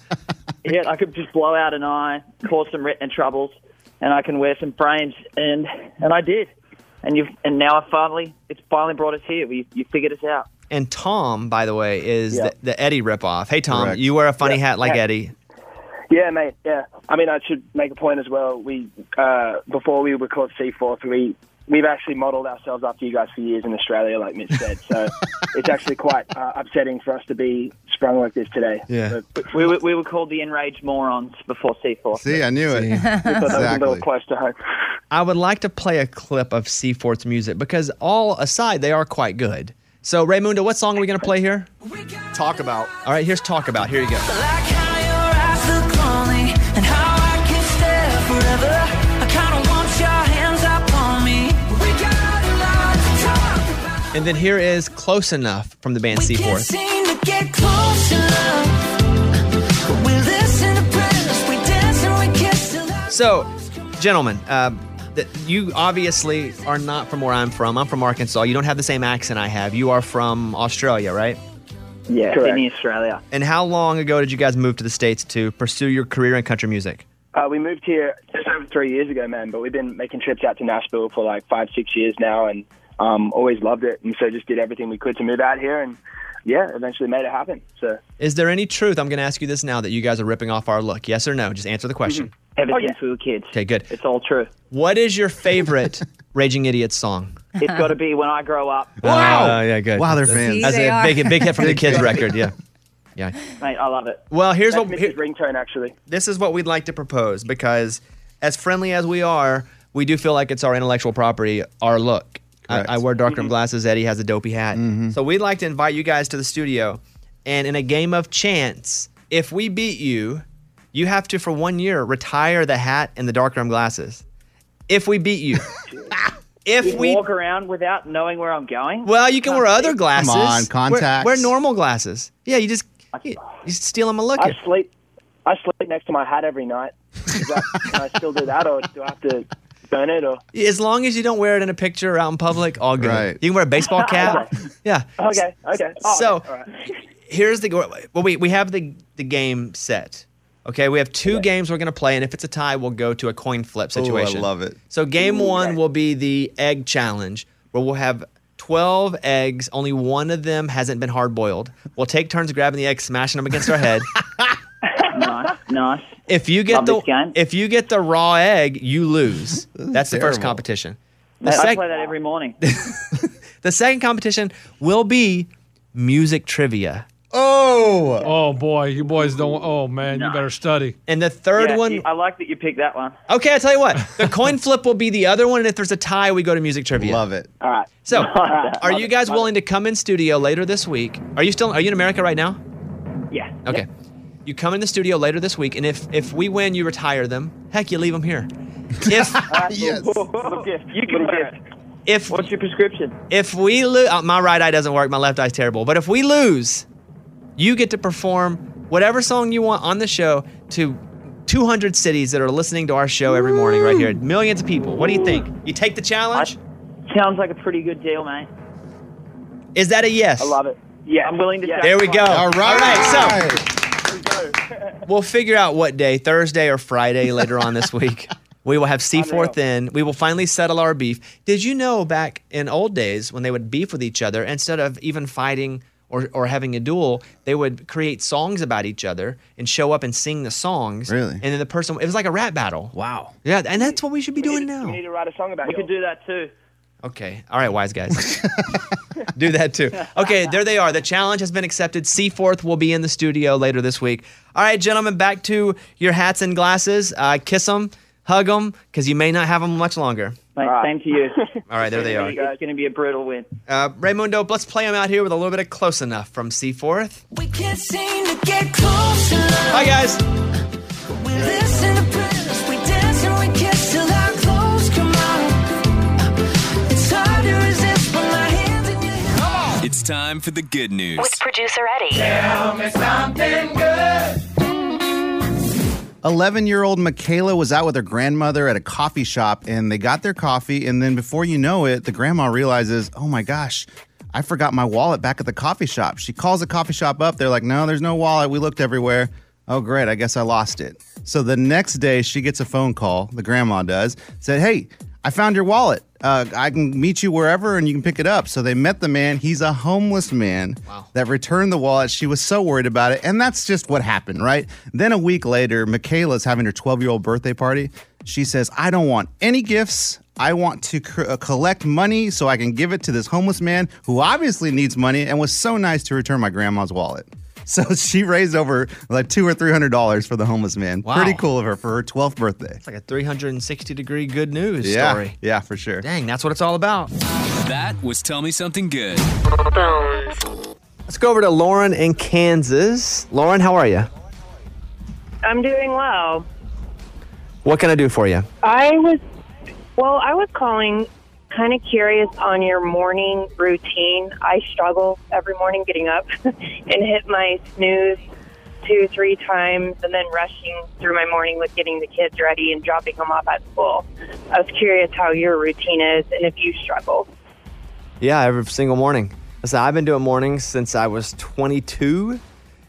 Yeah, I could just blow out an eye, cause some retina troubles, and I can wear some frames, and and I did, and you have and now I finally it's finally brought us here. We you figured us out.
And Tom, by the way, is
Yeah.
the, the Eddie ripoff. Hey Tom,
Correct.
you wear a funny
Yeah.
hat like
Yeah.
Eddie.
Yeah, mate. Yeah, I mean, I should make a point as well. We uh, before we were called C4, we we've actually modelled ourselves after you guys for years in Australia, like Mitch said. So it's actually quite uh, upsetting for us to be sprung like this today.
Yeah.
We were, we were called the enraged morons before C4.
See, I knew it.
Exactly.
close to home.
I would like to play a clip of Seaforth's music because all aside, they are quite good. So Raymundo, what song are we gonna play here? Talk about. All right, here's Talk About. Here you go. And then here is Close Enough from the band Seaforth. So, gentlemen, uh, th- you obviously are not from where I'm from. I'm from Arkansas. You don't have the same accent I have. You are from Australia, right?
Yeah,
Correct.
Sydney, Australia.
And how long ago did you guys move to the States to pursue your career in country music?
Uh, we moved here just over three years ago, man. But we've been making trips out to Nashville for like five, six years now, and um, always loved it. And so just did everything we could to move out here, and yeah, eventually made it happen. So
Is there any truth? I'm going to ask you this now that you guys are ripping off our look. Yes or no? Just
Mhm.
answer the question.
Ever since we were kids.
Okay, good.
It's all true.
What is your favorite Raging Idiots song?
It's got to be when I grow up.
Wow. Uh, yeah, good.
Wow, they're fans.
That's
See, they
a
are.
big, big hit from the
Big
kids
fan.
record. Yeah. Yeah.
Mate, I love it.
Well, here's
That's
what-
Mitch's
here-
ringtone actually.
This is what we'd like to propose because, as friendly as we are, we do feel like it's our intellectual property, our look. I, I wear dark
Mm-hmm.
rim glasses. Eddie has a dopey hat. So we'd like to invite you guys to the studio, and in a game of chance, if we beat you, you have to for one year retire the hat and the dark rim glasses. If we beat you, if
You
we-
walk around without knowing where I'm going,
well, you can wear other glasses.
on, contacts.
Wear, wear normal glasses. Yeah, you just you, you steal them a look.
I sleep. I sleep next to my hat every night. Is that, can I still do that, or do I have to burn it? Or
As long as you don't wear it in a picture out in public, all good. You can wear a baseball cap. yeah.
okay, okay. Oh,
So-
okay, all right.
Here's the well, we we have the the game set. Okay, we have two games we're gonna play, and if it's a tie, we'll go to a coin flip
Ooh, I
situation.
love it.
So game
Ooh,
one will be the egg challenge, where we'll have twelve eggs. Only one of them hasn't been hard boiled. We'll take turns grabbing the egg, smashing them against our head.
nice, nice.
If you get
Love this
the if you get the raw egg, you lose. That's the first
terrible.
competition. The
Mate, I
sec-
play that every morning.
the second competition will be music trivia.
Oh. Oh boy, you boys don't. Oh man, you better study.
And the third
Yeah,
one.
you- I like that you picked that one.
Okay, I tell you what. The coin flip will be the other one, and if there's a tie, we go to music trivia. Love
it.
All right.
So,
Love
are
it,
you guys
love
willing to come in studio later this week? Are you still? Are you in America right now?
it. Yeah.
Okay. You come in the studio later this week, and if if we win, you retire them. Heck, you leave them here. If
yes. Little gift. You can wear it.
if
what's your prescription?
If we lose, uh, my right eye doesn't work. My left eye's terrible. But if we lose, you get to perform whatever song you want on the show to 200 cities that are listening to our show every morning right here. Millions of people. What do you think? You take the challenge?
Sounds like a pretty good deal, mate.
Is that a yes?
I love it. Yeah, I'm willing to.
There we go.
sacrifice.
All right. So we'll figure out what day, Thursday or Friday later on this week. We will have C4 thin. We will finally settle our beef. Did you know back in old days when they would beef with each other, instead of even fighting or, or having a duel, they would create songs about each other and show up and sing the songs. Really? And then the person, it was like a rap battle. Wow. Yeah, and that's what we should be doing now.
We need to write a song about it. We could do that too.
Okay. All right, wise guys. Do that too. Okay, there they are. The challenge has been accepted. Seaforth will be in the studio later this week. All right, gentlemen, back to your hats and glasses. Uh, kiss them, hug them, because you may not have them much longer.
Mate, Same to you.
All right, there they are.
It's going to be a brutal win.
Uh, Raymundo, let's play them out here with a little bit of close enough from Seaforth.
We can't seem to get close enough.
Hi, guys.
We listen to prayers, we dance and we kiss till our clothes come off. It's hard to resist when my hands in your
It's time for the good news.
With producer Eddie.
Tell me something good.
11 year old Michaela was out with her grandmother at a coffee shop and they got their coffee. And then before you know it, the grandma realizes, oh my gosh, I forgot my wallet back at the coffee shop. She calls the coffee shop up. They're like, no, there's no wallet. We looked everywhere. Oh, great. I guess I lost it. So the next day, she gets a phone call, the grandma does, said, hey, I found your wallet. Uh, I can meet you wherever and you can pick it up. So they met the man. He's a homeless man that returned the wallet. She was so worried about it. And that's just what happened, right? Then a week later, Michaela's having her 12 year old birthday party. She says, I don't want any gifts. I want to c- uh, collect money so I can give it to this homeless man who obviously needs money and was so nice to return my grandma's wallet. So she raised over like two or three hundred dollars for the homeless man. Pretty cool of her for her 12th birthday.
It's like a 360 degree good news
Yeah,
story.
yeah, for sure.
Dang, that's what it's all about.
That was Tell Me Something Good.
Let's go over to Lauren in Kansas. Lauren, how are you?
I'm doing well.
What can I do for you?
I was, well, I was calling kind of curious on your morning routine. I struggle every morning getting up and hit my snooze two, three times and then rushing through my morning with getting the kids ready and dropping them off at school. I was curious how your routine is and if you struggle.
Yeah, every single morning. Listen, I've been doing mornings since I was 22,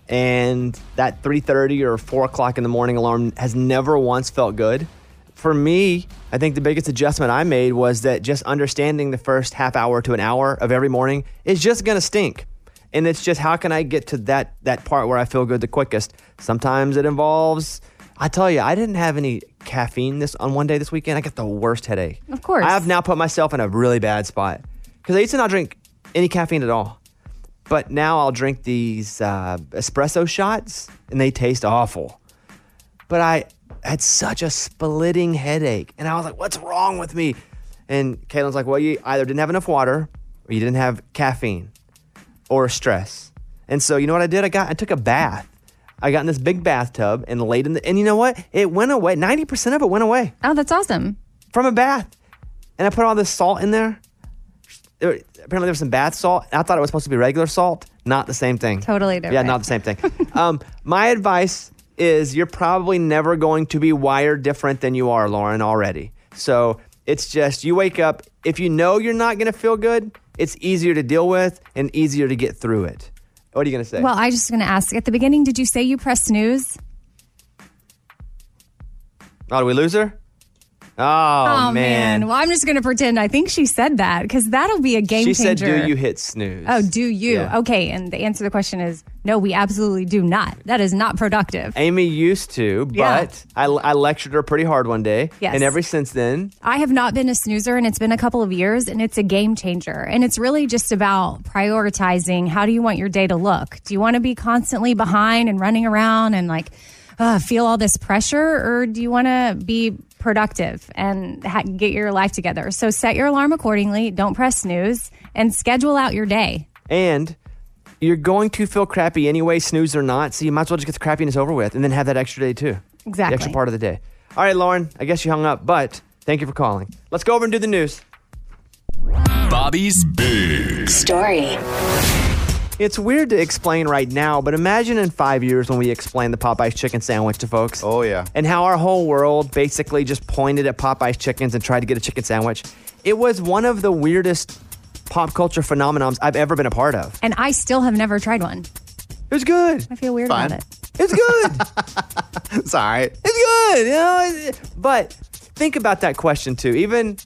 and that 3:30 or 4 o'clock in the morning alarm has never once felt good. For me, I think the biggest adjustment I made was that just understanding the first half hour to an hour of every morning is just gonna stink, and it's just how can I get to that that part where I feel good the quickest. Sometimes it involves. I tell you, I didn't have any caffeine this on one day this weekend. I got the worst headache.
Of course.
I've now put myself in a really bad spot because I used to not drink any caffeine at all.
But now I'll drink these uh, espresso shots and they taste awful. But I had such a splitting headache and I was like, what's wrong with me? And Caitlin's like, well, you either didn't have enough water or you didn't have caffeine or stress. And so you know what I did? I got I took a bath. I got in this big bathtub and laid in the and you know what? It went away. 90% of it went away.
Oh, that's awesome.
From a bath. And I put all this salt in there. There- apparently there was some bath salt. I thought it was supposed to be regular salt. Not the same thing.
Totally
Yeah,
different.
not the same thing. um, my advice is you're probably never going to be wired different than you are, Lauren, already. So it's just you wake up. If you know you're not going to feel good, it's easier to deal with and easier to get through it. What are you going to say?
Well, I just going to ask at the beginning, did you say you press snooze?
oh, did we lose her? Oh, man.
Well, I'm just going to pretend I think she said that because that'll be a game
she
changer.
said, "Do you hit snooze?"
Oh, do you?
Yeah.
Okay. And the answer to the question is no, we absolutely do not. That is not productive.
Amy used to, but
Yeah.
I, I lectured her pretty hard one day.
Yes.
And ever since then,
I have not been a snoozer and it's been a couple of years and it's a game changer. And it's really just about prioritizing how do you want your day to look? Do you want to be constantly behind and running around and like uh, feel all this pressure or do you want to be productive and ha- get your life together? So set your alarm accordingly, don't press snooze and schedule out your day.
and you're going to feel crappy anyway, snooze or not. So you might as well just get the crappiness over with and then have that extra day too.
Exactly.
The extra part of the day. All right, Lauren, I guess you hung up, but thank you for calling. Let's go over and do the news.
Bobby's Big
Story.
It's weird to explain right now, but imagine in five years when we explain the Popeyes chicken sandwich to folks. Oh, yeah. And how our whole world basically just pointed at Popeyes chickens and tried to get a chicken sandwich. It was one of the weirdest pop culture phenomenons I've ever been a part of.
And I still have never tried one.
It was good.
I feel weird
Fine.
about it.
It's good.
it's all right.
It's good. You know? It- But think about that question too, even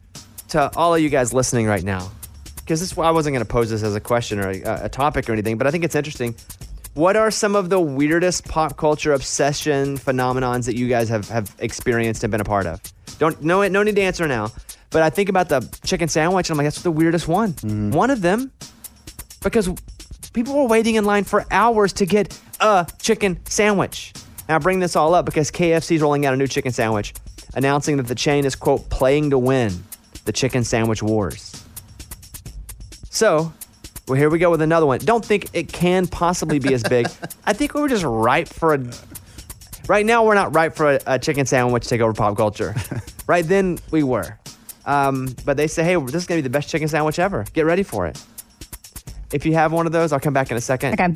to all of you guys listening right now. Because this, I wasn't going to pose this as a question or a, a topic or anything, but I think it's interesting. What are some of the weirdest pop culture obsession phenomenons that you guys have, have experienced and been a part of? Don't no no need to answer now. But I think about the chicken sandwich, and I'm like, that's the weirdest one.
Mm-hmm.
One of them, because people were waiting in line for hours to get a chicken sandwich. And I bring this all up because KFC is rolling out a new chicken sandwich, announcing that the chain is, quote, playing to win the chicken sandwich wars. So, well, here we go with another one. Don't think it can possibly be as big. I think we were just ripe for a. Right now, we're not ripe for a, a chicken sandwich to take over pop culture. right then, we were. Um, but they say, hey, this is going to be the best chicken sandwich ever. Get ready for it. If you have one of those, I'll come back in a second.
Okay.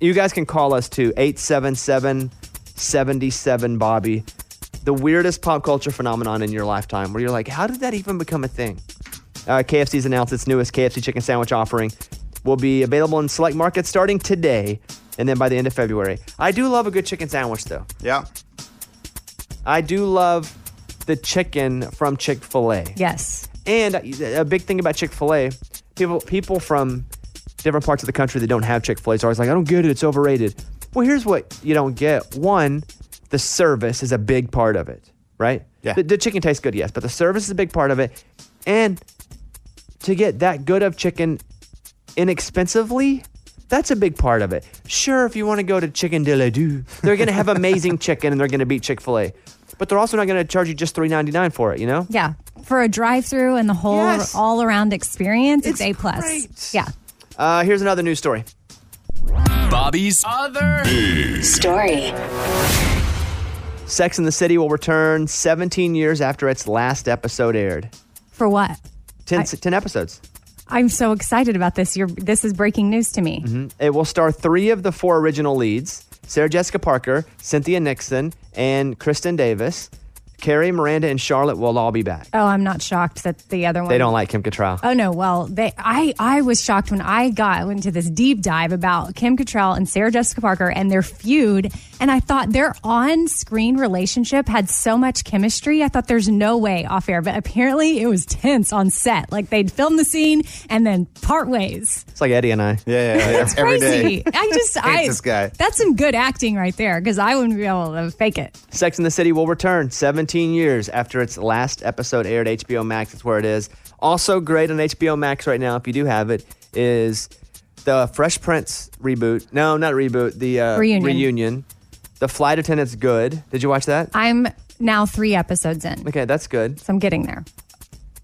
You guys can call us to 877 77 Bobby. The weirdest pop culture phenomenon in your lifetime where you're like, how did that even become a thing? Uh, KFC's announced its newest KFC chicken sandwich offering will be available in select markets starting today and then by the end of February. I do love a good chicken sandwich though.
Yeah.
I do love the chicken from Chick fil A.
Yes.
And a a big thing about Chick Fil A, people people from different parts of the country that don't have Chick Fil A are always like, I don't get it, it's overrated. Well, here's what you don't get: one, the service is a big part of it, right? Yeah. The, the chicken tastes good, yes, but the service is a big part of it, and to get that good of chicken inexpensively. That's a big part of it. Sure, if you want to go to Chicken de la Deux, they're going to have amazing chicken and they're going to beat Chick fil A. But they're also not going to charge you just $3.99 for it, you know?
Yeah. For a drive through and the whole
Yes.
all around experience, it's, A plus. Yeah.
Uh, here's another news story.
Bobby's other big
Story.
Sex in the City will return 17 years after its last episode aired.
For what?
10,
I-
10 episodes.
I'm so excited about this. You're, this is breaking news to me.
Mhm. It will star three of the four original leads Sarah Jessica Parker, Cynthia Nixon, and Kristen Davis. Carrie, Miranda, and Charlotte will all be back.
Oh, I'm not shocked that the other one.
They don't like Kim Cattrall.
Oh no! Well, they I I was shocked when I got went into this deep dive about Kim Cattrall and Sarah Jessica Parker and their feud, and I thought their on-screen relationship had so much chemistry. I thought there's no way off air, but apparently it was tense on set. Like they'd film the scene and then part ways.
It's like Eddie and I.
Yeah, yeah,
That's crazy. I just I That's some good acting right there because I wouldn't be able to fake it.
Sex in the City will return 17 years after its last episode aired. HBO Max, that's where it is. Also great on HBO Max right now, if you do have it, is the Fresh Prince reboot. No, not reboot. The uh,
Reunion.
reunion. The flight attendant's good. Did you watch that?
I'm now three episodes in,
Okay, that's good.
so I'm getting there.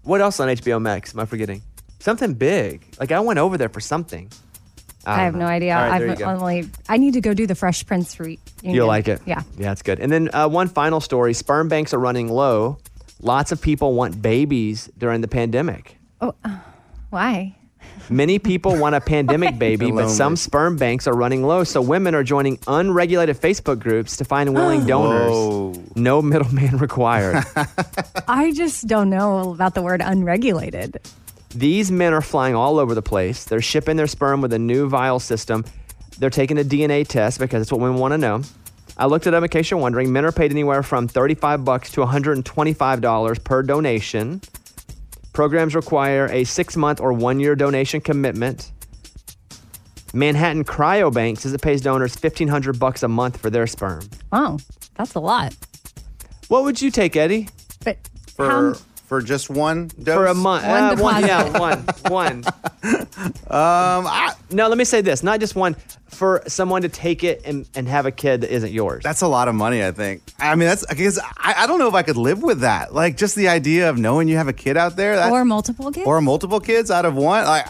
What else on HBO Max am I forgetting? Something big. Like I went over there for something.
I,
don't
have
know.
no idea.
All right, there you
I've
go.
only. I need to go do the Fresh Prince re- reunion.
You'll like it.
Yeah.
Yeah, it's good. And then uh, one final story sperm banks are running low. Lots of people want babies during the pandemic.
Why?
Many people want a pandemic baby, but
Lonely.
some sperm banks are running low. So women are joining unregulated Facebook groups to find willing donors. No middleman required.
I just don't know about the word unregulated.
These men are flying all over the place. They're shipping their sperm with a new vial system. They're taking a DNA test because it's what women want to know. I looked it up in case you're wondering. Men are paid anywhere from 35 bucks to 125 dollars per donation. Programs require a six month or one year donation commitment. Manhattan Cryobank says it pays donors 1,500 bucks a month for their sperm.
Wow, that's a lot.
What would you take, Eddie?
But
For
how,
for just one dose?
For a month.
One
Uh, one
deposit.
yeah, one. One. um, no, let me say this. Not just one. For someone to take it and, and have a kid that isn't yours.
That's a lot of money, I think. I mean, that's because I, I don't know if I could live with that. Like, just the idea of knowing you have a kid out there, that,
or multiple kids?
or multiple kids out of one. Like,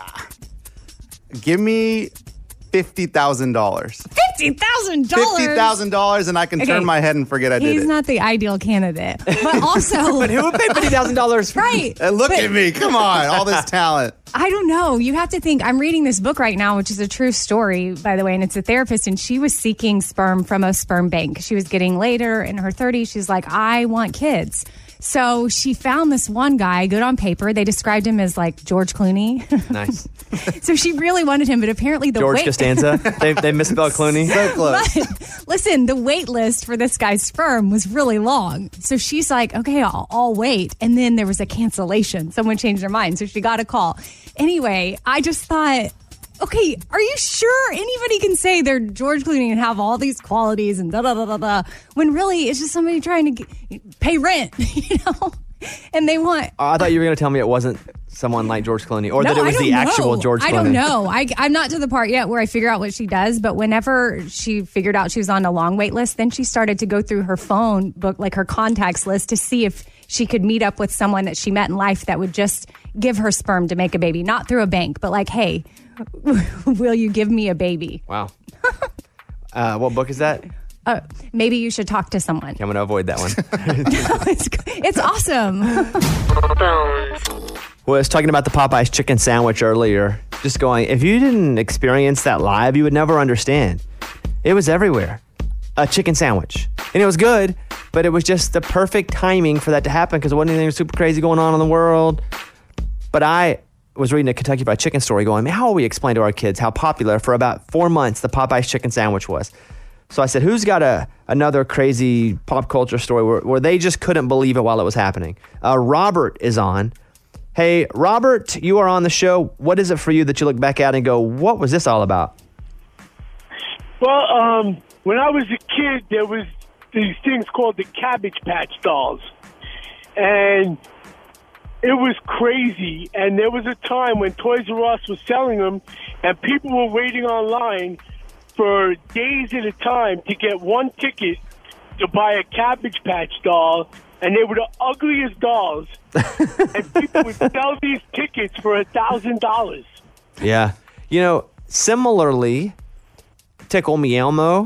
give me fifty thousand dollars,
Fifty thousand dollars.
fifty thousand dollars, and I can
Okay.
turn my head and forget I did
He's
it.
not the ideal candidate, but also.
But who would
pay fifty thousand dollars?
Right.
And Uh, look
But-
at me, come on, all this talent.
I don't know. You have to think. I'm reading this book right now, which is a true story, by the way, and it's a therapist, and she was seeking sperm from a sperm bank. She was getting later in her 30s. She's like, I want kids. So she found this one guy, good on paper. They described him as like George Clooney.
Nice.
so she really wanted him, but apparently the
George
wait-
Costanza. they, they misspelled Clooney. So
But listen, the wait list for this guy's sperm was really long. So she's like, okay, I'll, I'll wait. And then there was a cancellation. Someone changed their mind. So she got a call. Anyway, I just thought, okay, are you sure anybody can say they're George Clooney and have all these qualities and da da da da da when really it's just somebody trying to get, pay rent, you know? And they want
Oh, I thought you were going to tell me it wasn't someone like George Clooney or that
No,
it was
I
the
don't
actual
know.
George Clooney.
I don't know. I, I'm not to the part yet where I figure out what she does, but whenever she figured out she was on a long wait list, then she started to go through her phone book, like her contacts list, to see if she could meet up with someone that she met in life that would just give her sperm to make a baby, not through a bank, but like, hey, will you give me a baby?
Wow. Uh, what book is that? Okay,
Uh, maybe you should talk to someone.
I'm going to avoid that one.
It's awesome.
was talking about the Popeyes chicken sandwich earlier. Just going, if you didn't experience that live, you would never understand. It was everywhere. A chicken sandwich. And it was good, but it was just the perfect timing for that to happen because it wasn't anything super crazy going on in the world. But I was reading a Kentucky Fried Chicken story going, man, how will we explain to our kids how popular for about four months the Popeyes chicken sandwich was? So I said, who's got a another crazy pop culture story where, where they just couldn't believe it while it was happening? Uh, Robert is on. Hey, Robert, you are on the show. What is it for you that you look back at and go, what was this all about?
Well, um, when I was a kid, there was these things called the Cabbage Patch dolls, and it was crazy. And there was a time when Toys R Us was selling them, and people were waiting online for days at a time to get one ticket to buy a Cabbage Patch doll, and they were the ugliest dolls. and people would sell these tickets for a thousand dollars.
Yeah. You know, similarly, Tickle Me Elmo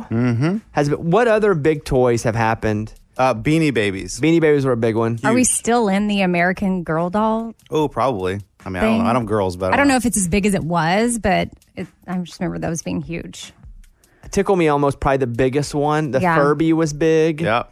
has been, what other big toys have happened?
Mm-hmm. Uh, Beanie Babies.
Beanie Babies were a big one.
Are we still in the American Girl doll?
Oh, probably. I mean, I don't
Thing.
know. I don't girls, but
I don't know if it's as big as it was, but it, I just remember those being huge.
Tickle Me Elmo's probably the biggest one. The
Yeah.
Furby was big. Yeah.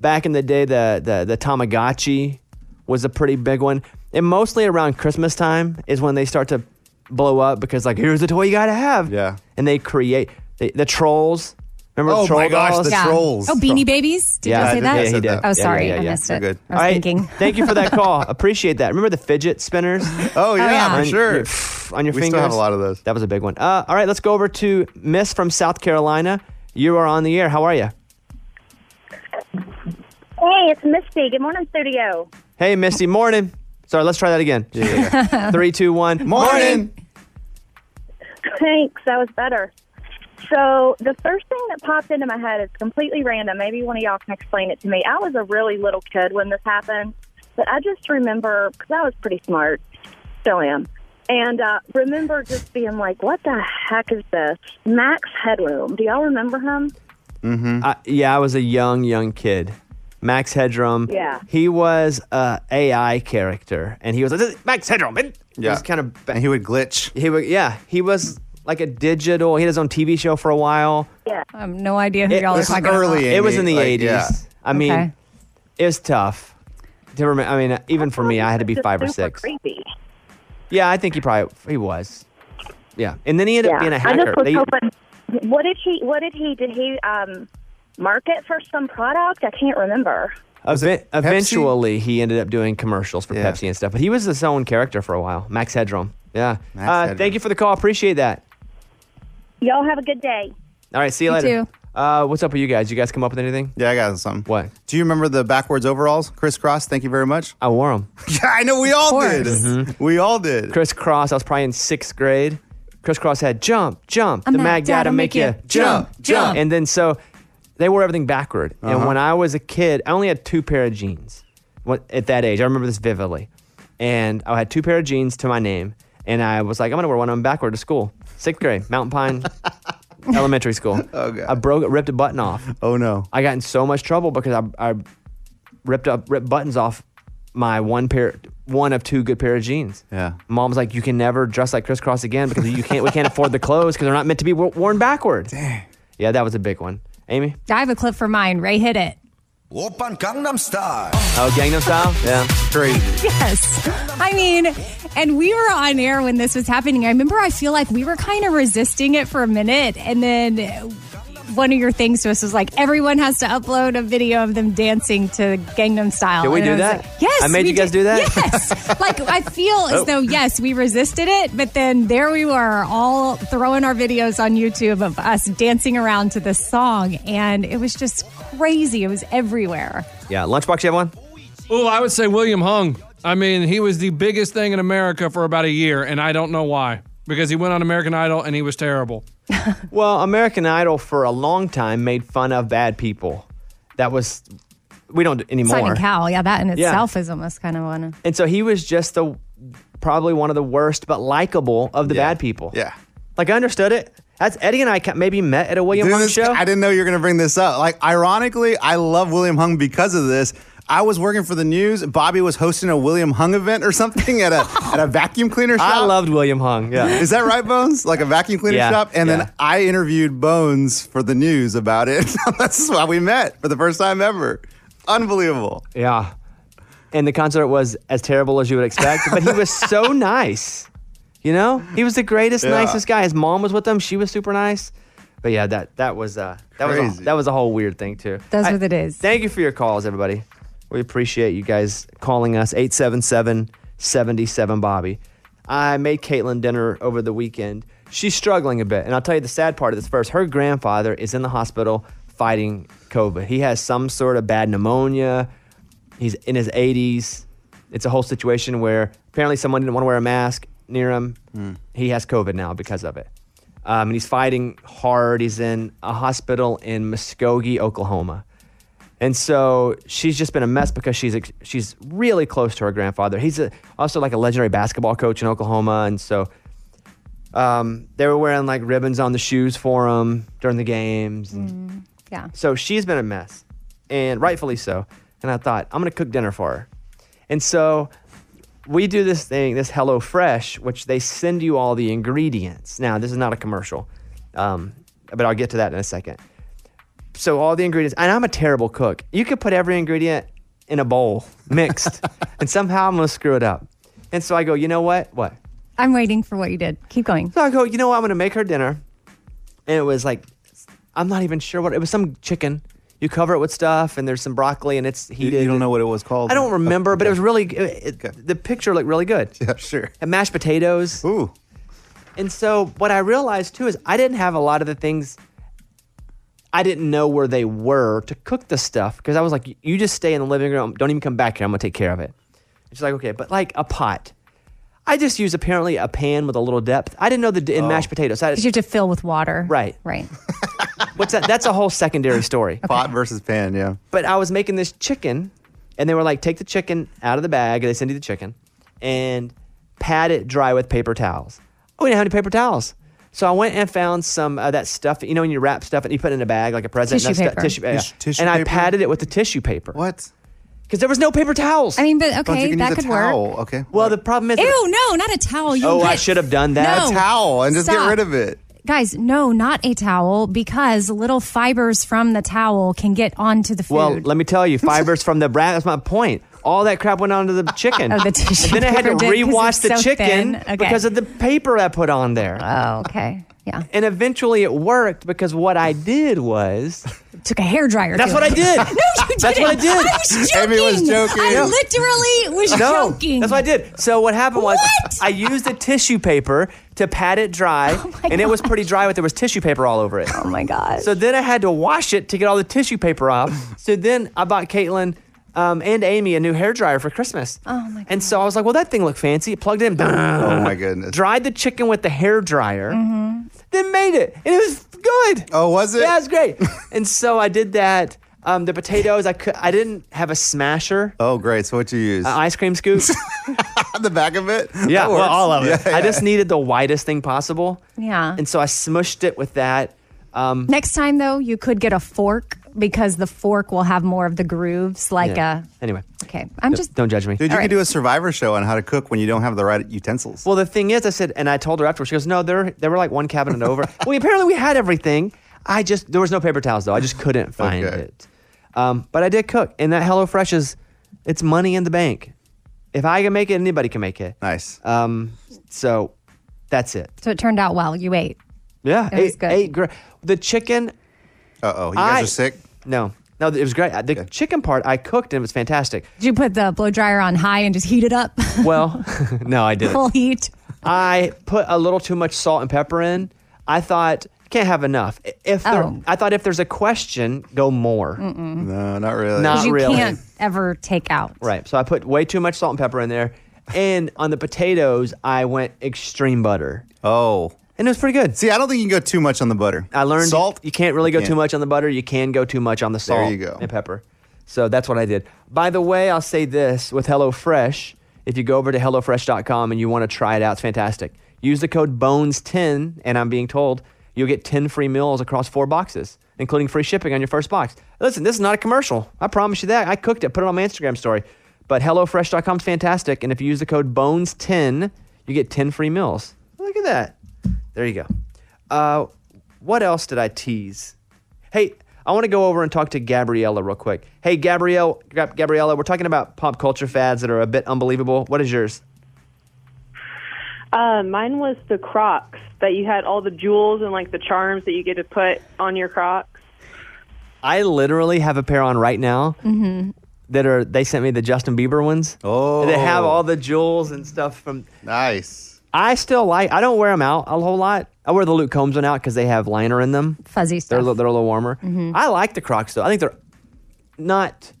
Back in the day, the, the the Tamagotchi was a pretty big one. And mostly around Christmas time is when they start to blow up because like here's the toy you gotta have. Yeah. And they create they, the trolls. Remember
Oh
the troll
my gosh,
dolls?
the Yeah. trolls. Oh, Beanie Babies? Did y'all say that?
Yeah, he did.
Oh, sorry, I missed it. I was
All right,
thinking.
Thank you for that call. Appreciate that. Remember the fidget spinners?
Oh, yeah, yeah. for
On
sure.
your- on your
We
fingers.
still have a lot of
those. That was a big one. Uh, all right, let's go over to Miss from South Carolina. You are on the air. How are you?
Hey, it's Misty. Good morning, studio.
Hey, Misty. Morning. Sorry, let's try that again. Three, two, one. Morning.
Thanks. That was better. So the first thing that popped into my head is completely random. Maybe one of y'all can explain it to me. I was a really little kid when this happened, but I just remember because I was pretty smart, still am, and uh, remember just being like, "What the heck is this?" Max Headroom. Do y'all remember him?
Mm-hmm. I, yeah, I was a young, young kid. Max Headroom.
Yeah.
He was a AI character, and he was like, Max Headroom. and He
Yeah.
was kind of.
And he would glitch.
He would. Yeah. He was like a digital. He had his own TV show for a while.
Yeah.
I have no idea who y'all are talking about.
It was in the
like,
80s.
yeah.
I mean,
Okay.
it was tough. To remember, I mean, even for me, I had to be
Just
five or
super
six.
Creepy.
Yeah, I think he probably he was. Yeah, and then he ended
yeah.
up being a
I
hacker.
just was
They-
hoping. What did he? What did he? Did he um, market for some product? I can't remember.
Ev- eventually, he ended up doing commercials for Pepsi and stuff, but he was his own character for a while. Max Headroom. Yeah. uh, Thank you for the call. Appreciate that.
Y'all have a good day.
All right. See you,
You
later.
too.
Uh, what's up with you guys? You guys come up with anything?
Yeah, I got something.
What?
Do you remember the backwards overalls? Crisscross, thank you very much.
I wore them.
yeah, I know we all did. We all did.
Chris Cross. Mm-hmm. I was probably in sixth grade. Chris Cross had jump, jump.
I'm
the
not
mag
down
gotta
to
make
make
you
you jump, jump.
And then so they wore everything backward.
Uh-huh.
And when I was a kid, I only had two pair of jeans. What at that age, I remember this vividly. And I had two pair of jeans to my name, and I was like, I'm gonna wear one of them backward to school. Sixth grade, Mountain Pine Elementary School. Oh god. I broke, it, ripped a button off.
Oh no.
I got in so much trouble because I, I ripped up ripped buttons off my one pair one of two good pair of jeans.
Yeah.
Mom's like, you can never dress like crisscross again because you can't. We can't afford the clothes because they're not meant to be wo- worn backward. Dang. Yeah, that was a big one. Amy.
I have a clip for mine. Ray hit it.
Open Gangnam Style. Oh, Gangnam Style. Yeah.
Crazy.
Yes. I mean, and we were on air when this was happening. I remember I feel like we were kind of resisting it for a minute. And then one of your things to us was like, everyone has to upload a video of them dancing to Gangnam Style.
Did we
And
do
I was
that?
like, yes.
I made
we
you guys
did.
do that?
Yes. like, I feel
Oh.
as though, yes, we resisted it. But then there we were, all throwing our videos on YouTube of us dancing around to this song. And it was just crazy. It was everywhere.
Yeah. Lunchbox, you have one?
Oh, I would say William Hung. I mean, he was the biggest thing in America for about a year, and I don't know why. Because he went on American Idol and he was terrible.
Well, American Idol for a long time made fun of bad people. That was we don't do anymore.
Simon Cowell, yeah, that in
Yeah.
itself is almost kind of one.
And so he was just the probably one of the worst but likable of the bad people. Yeah. Like I understood it. That's Eddie and I ca- maybe met at a William
Dude,
Hung
this-
show.
I didn't know you were gonna bring this up. Like, ironically, I love William Hung because of this. I was working for the news. Bobby was hosting a William Hung event or something at a at a vacuum cleaner shop.
I loved William Hung. Yeah.
Is that right, Bones? Like a vacuum cleaner
Yeah,
shop? And
yeah.
then I interviewed Bones for the news about it. That's why we met for the first time ever. Unbelievable.
Yeah. And the concert was as terrible as you would expect, but he was so nice. You know? He was the greatest,
Yeah.
nicest guy. His mom was with him. She was super nice. But yeah, that that was uh that was a,
Crazy.
that was a whole weird thing too.
That's
I-
what it is.
Thank you for your calls, everybody. We appreciate you guys calling us 877-77 Bobby. I made Caitlin dinner over the weekend. She's struggling a bit, and I'll tell you the sad part of this first. Her grandfather is in the hospital fighting COVID. He has some sort of bad pneumonia. He's in his 80s. It's a whole situation where apparently someone didn't want to wear a mask near him. He has COVID now because of it. Um, and he's fighting hard. He's in a hospital in Muskogee, Oklahoma. And so she's just been a mess because she's ex- she's really close to her grandfather. He's a, also like a legendary basketball coach in Oklahoma, and so um, they were wearing like ribbons on the shoes for him during the games. and-
Yeah.
so she's been a mess, and rightfully so. And I thought, I'm gonna cook dinner for her. And so we do this thing, this Hello Fresh, which they send you all the ingredients. Now, this is not a commercial, um, but I'll get to that in a second. So all the ingredients, and I'm a terrible cook. You could put every ingredient in a bowl mixed, and somehow I'm gonna screw it up. And so I go, you know what? What?
I'm waiting for what you did. Keep going.
So I go, you know what? I'm going to make her dinner. And it was like, I'm not even sure what it was some chicken. You cover it with stuff, and there's some broccoli, and it's
You,
heated.
you don't know what it was called?
I don't remember, but it was really it, it- the picture looked really good.
Yeah, sure.
And mashed potatoes.
Ooh.
And so what I realized too is I didn't have a lot of the things I didn't know where they were to cook the stuff because I was like, you just stay in the living room, don't even come back here. I'm gonna take care of it. And she's like, okay, but like a pot. I just use apparently a pan with a little depth. I didn't know that in
Oh.
mashed potatoes. I,
Because you have to fill with water.
right.
Right.
What's that? That's a whole secondary story.
Pot versus pan, yeah.
But I was making this chicken, and they were like, take the chicken out of the bag, and they send you the chicken, and pat it dry with paper towels. Oh, we didn't have any paper towels. So I went and found some of that stuff, you know, when you wrap stuff and you put it in a bag like a present.
Tissue
and that stuff-
paper.
tissue, yeah.
Tish- tissue
and I
paper?
patted it with the tissue paper.
What?
Because there was no paper towels.
I mean, but okay, that could work.
Okay.
Well, the problem is.
Ew, no, not a towel. You
oh, I
whip.
should have done that.
No. A towel and just get Stop. rid of
it.
Guys, no, not a towel because little fibers from the towel can get onto the food.
Well, let me tell you, fibers from the brat. That's my point. All that crap went onto the chicken.
Oh, the tissue
And then I had to
paper did 'cause
rewatch
it's
the
so
chicken
thin. Okay.
because of the paper I put on there.
Oh, okay. Yeah.
And eventually it worked because what I did was
took a hair dryer.
That's
to
what
it.
I did.
no, you didn't.
That's what I did.
was joking. I literally was
no,
joking.
That's what I did. So what happened was I used the tissue paper to pat it dry, and it was pretty dry, but there was tissue paper all over it.
Oh my god!
So then I had to wash it to get all the tissue paper off. so then I bought Caitlin um, and Amy a new hair dryer for Christmas. Oh my! And so I was like, well, that thing looked fancy. It plugged in. Oh
my goodness!
Dried the chicken with the hair dryer. Then made it, and it was good.
Oh, was it?
Yeah, it was great. and so I did that. Um, the potatoes, I could, I didn't have a smasher.
Oh, great. So what you use?
An ice cream scoop.
the back of it?
Yeah,
That
well,
works.
all of it.
Yeah,
I
yeah.
just needed the widest thing possible.
Yeah.
And so I smushed it with that. Um,
Next time though, you could get a fork because the fork will have more of the grooves. Like
Yeah.
a
anyway.
okay, I'm just
don't judge me.
Dude, you
All right.
could do a survivor show on how to cook when you don't have the right utensils.
Well, the thing is, I said, and I told her afterwards. She goes, "No, there, there were like one cabinet over. well, apparently we had everything. I just there was no paper towels though. I just couldn't find it. Um, but I did cook, and that HelloFresh is, it's money in the bank. If I can make it, anybody can make it.
Nice.
Um, so that's it.
so it turned out well. You ate.
Yeah,
It was
eight,
good.
eight gra- The chicken.
Uh oh, you
guys
are sick.
No, no, it was great. The chicken part I cooked and it was fantastic.
Did you put the blow dryer on high and just heat it up
Well, no, I didn't.
full heat?
I put a little too much salt and pepper in. I thought can't have enough. If there,
Oh.
I thought if there's a question, go more.
Mm-mm.
Mm-hmm. No, not really.
'Cause
Not
you
really.
can't ever take out.
Right. So I put way too much salt and pepper in there, and on the potatoes I went extreme butter.
Oh.
And it was pretty good.
See, I don't think you can go too much on the butter.
I learned
Salt,
You can't really go
you
too
can't.
much on the butter. You can go too much on the
There
salt.
you go.
And pepper. So that's what I did. By the way, I'll say this with HelloFresh. If you go over to hellofresh.com and you want to try it out, it's fantastic. Use the code BONES10, and I'm being told you'll get 10 free meals across four boxes, including free shipping on your first box. Listen, this is not a commercial. I promise you that. I cooked it, put it on my Instagram story. But HelloFresh.com is fantastic. And if you use the code BONES10, you get 10 free meals. Look at that. There you go. Uh, what else did I tease? Hey, I want to go over and talk to Gabriella real quick. Hey, Gabrielle, Gab- Gabriella, we're talking about pop culture fads that are a bit unbelievable. What is yours?
Uh, mine was the Crocs that you had all the jewels and like the charms that you get to put on your Crocs.
I literally have a pair on right now
Mm-hmm.
that are they sent me the Justin Bieber ones.
Oh,
they have all the jewels and stuff from.
Nice.
I still like. I don't wear them out a whole lot. I wear the Luke Combs one out because they have liner in them.
Fuzzy
They're a
stuff.
little, they're a little warmer.
Mhm.
I like the Crocs though. I think they're not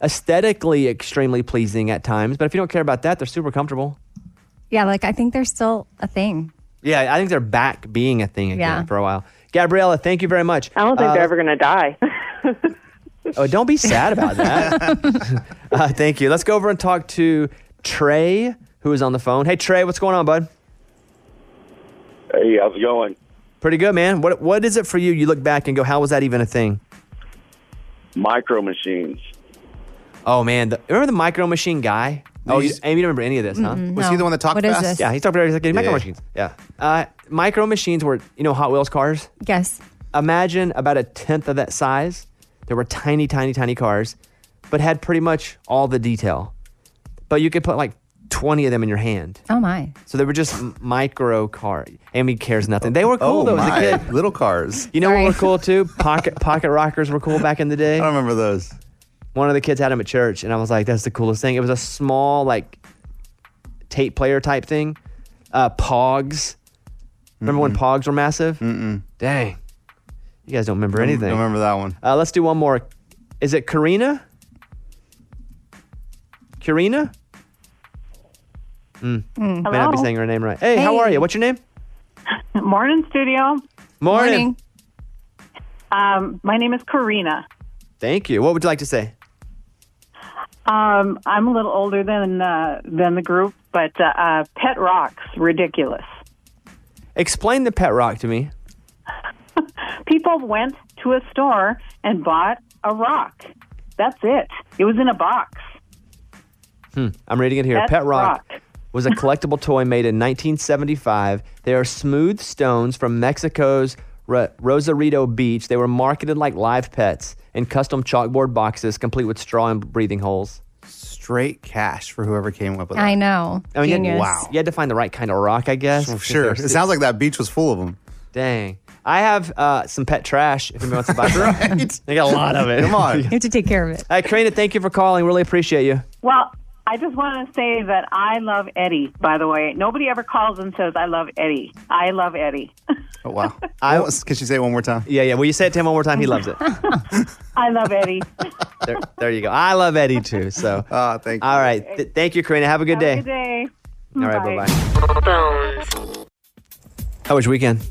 aesthetically extremely pleasing at times, but if you don't care about that, they're super comfortable.
Yeah, like I think they're still a thing.
Yeah, I think they're back being a thing again
Yeah.
for a while. Gabriella, thank you very much. Uh,
I don't think they're ever going to die.
Oh, don't be sad about that. uh, thank you. Let's go over and talk to Trey, who is on the phone. Hey, Trey, what's going on, bud?
Hey, how's it going?
Pretty good, man. What What is it for you? You look back and go, how was that even a thing?
Micro machines.
Oh man, the, remember the micro machine guy? Oh, you, Amy, you don't remember any of this, huh?
Mm-mm, Was he no. the one that talked What is fast? this?
Yeah, he talked very like,
Yeah,
micro
yeah.
machines. Yeah, uh, micro machines were you know Hot Wheels cars.
Yes.
Imagine about a tenth of that size. There were tiny, tiny, tiny cars, but had pretty much all the detail. But you could put like twenty of them in your hand.
Oh my.
So they were just m- micro car. Amy cares nothing. They were cool
Oh,
though
my.
as a kid.
Little cars.
You know what were cool too? Pocket pocket rockers were cool back in the day. I don't
remember those.
One of the kids had them at church, and I was like, "That's the coolest thing." It was a small like tape player type thing. Uh, Pogs. Remember when Pogs were massive? Mm-mm. Dang, you guys don't remember
Don't-
anything.
don't remember that one.
Uh, let's do one more. Is it Karina? Karina? Mm.
Mm.
May not be
Hello?
saying her name right. Hey, how
Hey.
are you? What's your name?
Morning, studio.
Morning.
Um, my name is Karina.
Thank you. What would you like to say?
Um, I'm a little older than uh, than the group, but uh, uh, Pet Rock's ridiculous.
Explain the pet rock to me.
People went to a store and bought a rock. That's it. It was in a box.
Hmm. I'm reading it here.
Pet
Pet rock, was a collectible toy made in 1975. They are smooth stones from Mexico's Ro- Rosarito Beach. They were marketed like live pets in custom chalkboard boxes, complete with straw and breathing holes.
Straight cash for whoever came up with
I know.
uh, I mean, you had,
Genius.
wow. You had to find the right kind of rock, I guess.
Sure. It sounds like that beach was full of them.
Dang. I have uh, some pet trash if anybody wants to buy some. I got a lot of it.
Come
You have to take care of it.
All right, Karina, thank you for calling. Really appreciate you.
Well, I just want to say that I love Eddie. By the way, nobody ever calls and says I love Eddie. I love Eddie.
Oh, wow. I, can she say it one more time?
Yeah, yeah. Will you say it to him one more time? He loves it.
I love Eddie.
there, there you go. I love Eddie too. So,
uh, thank
you. All right. Th- thank you, Karina. Have a good
Have
day.
a good day.
All right. Bye bye. How was your weekend?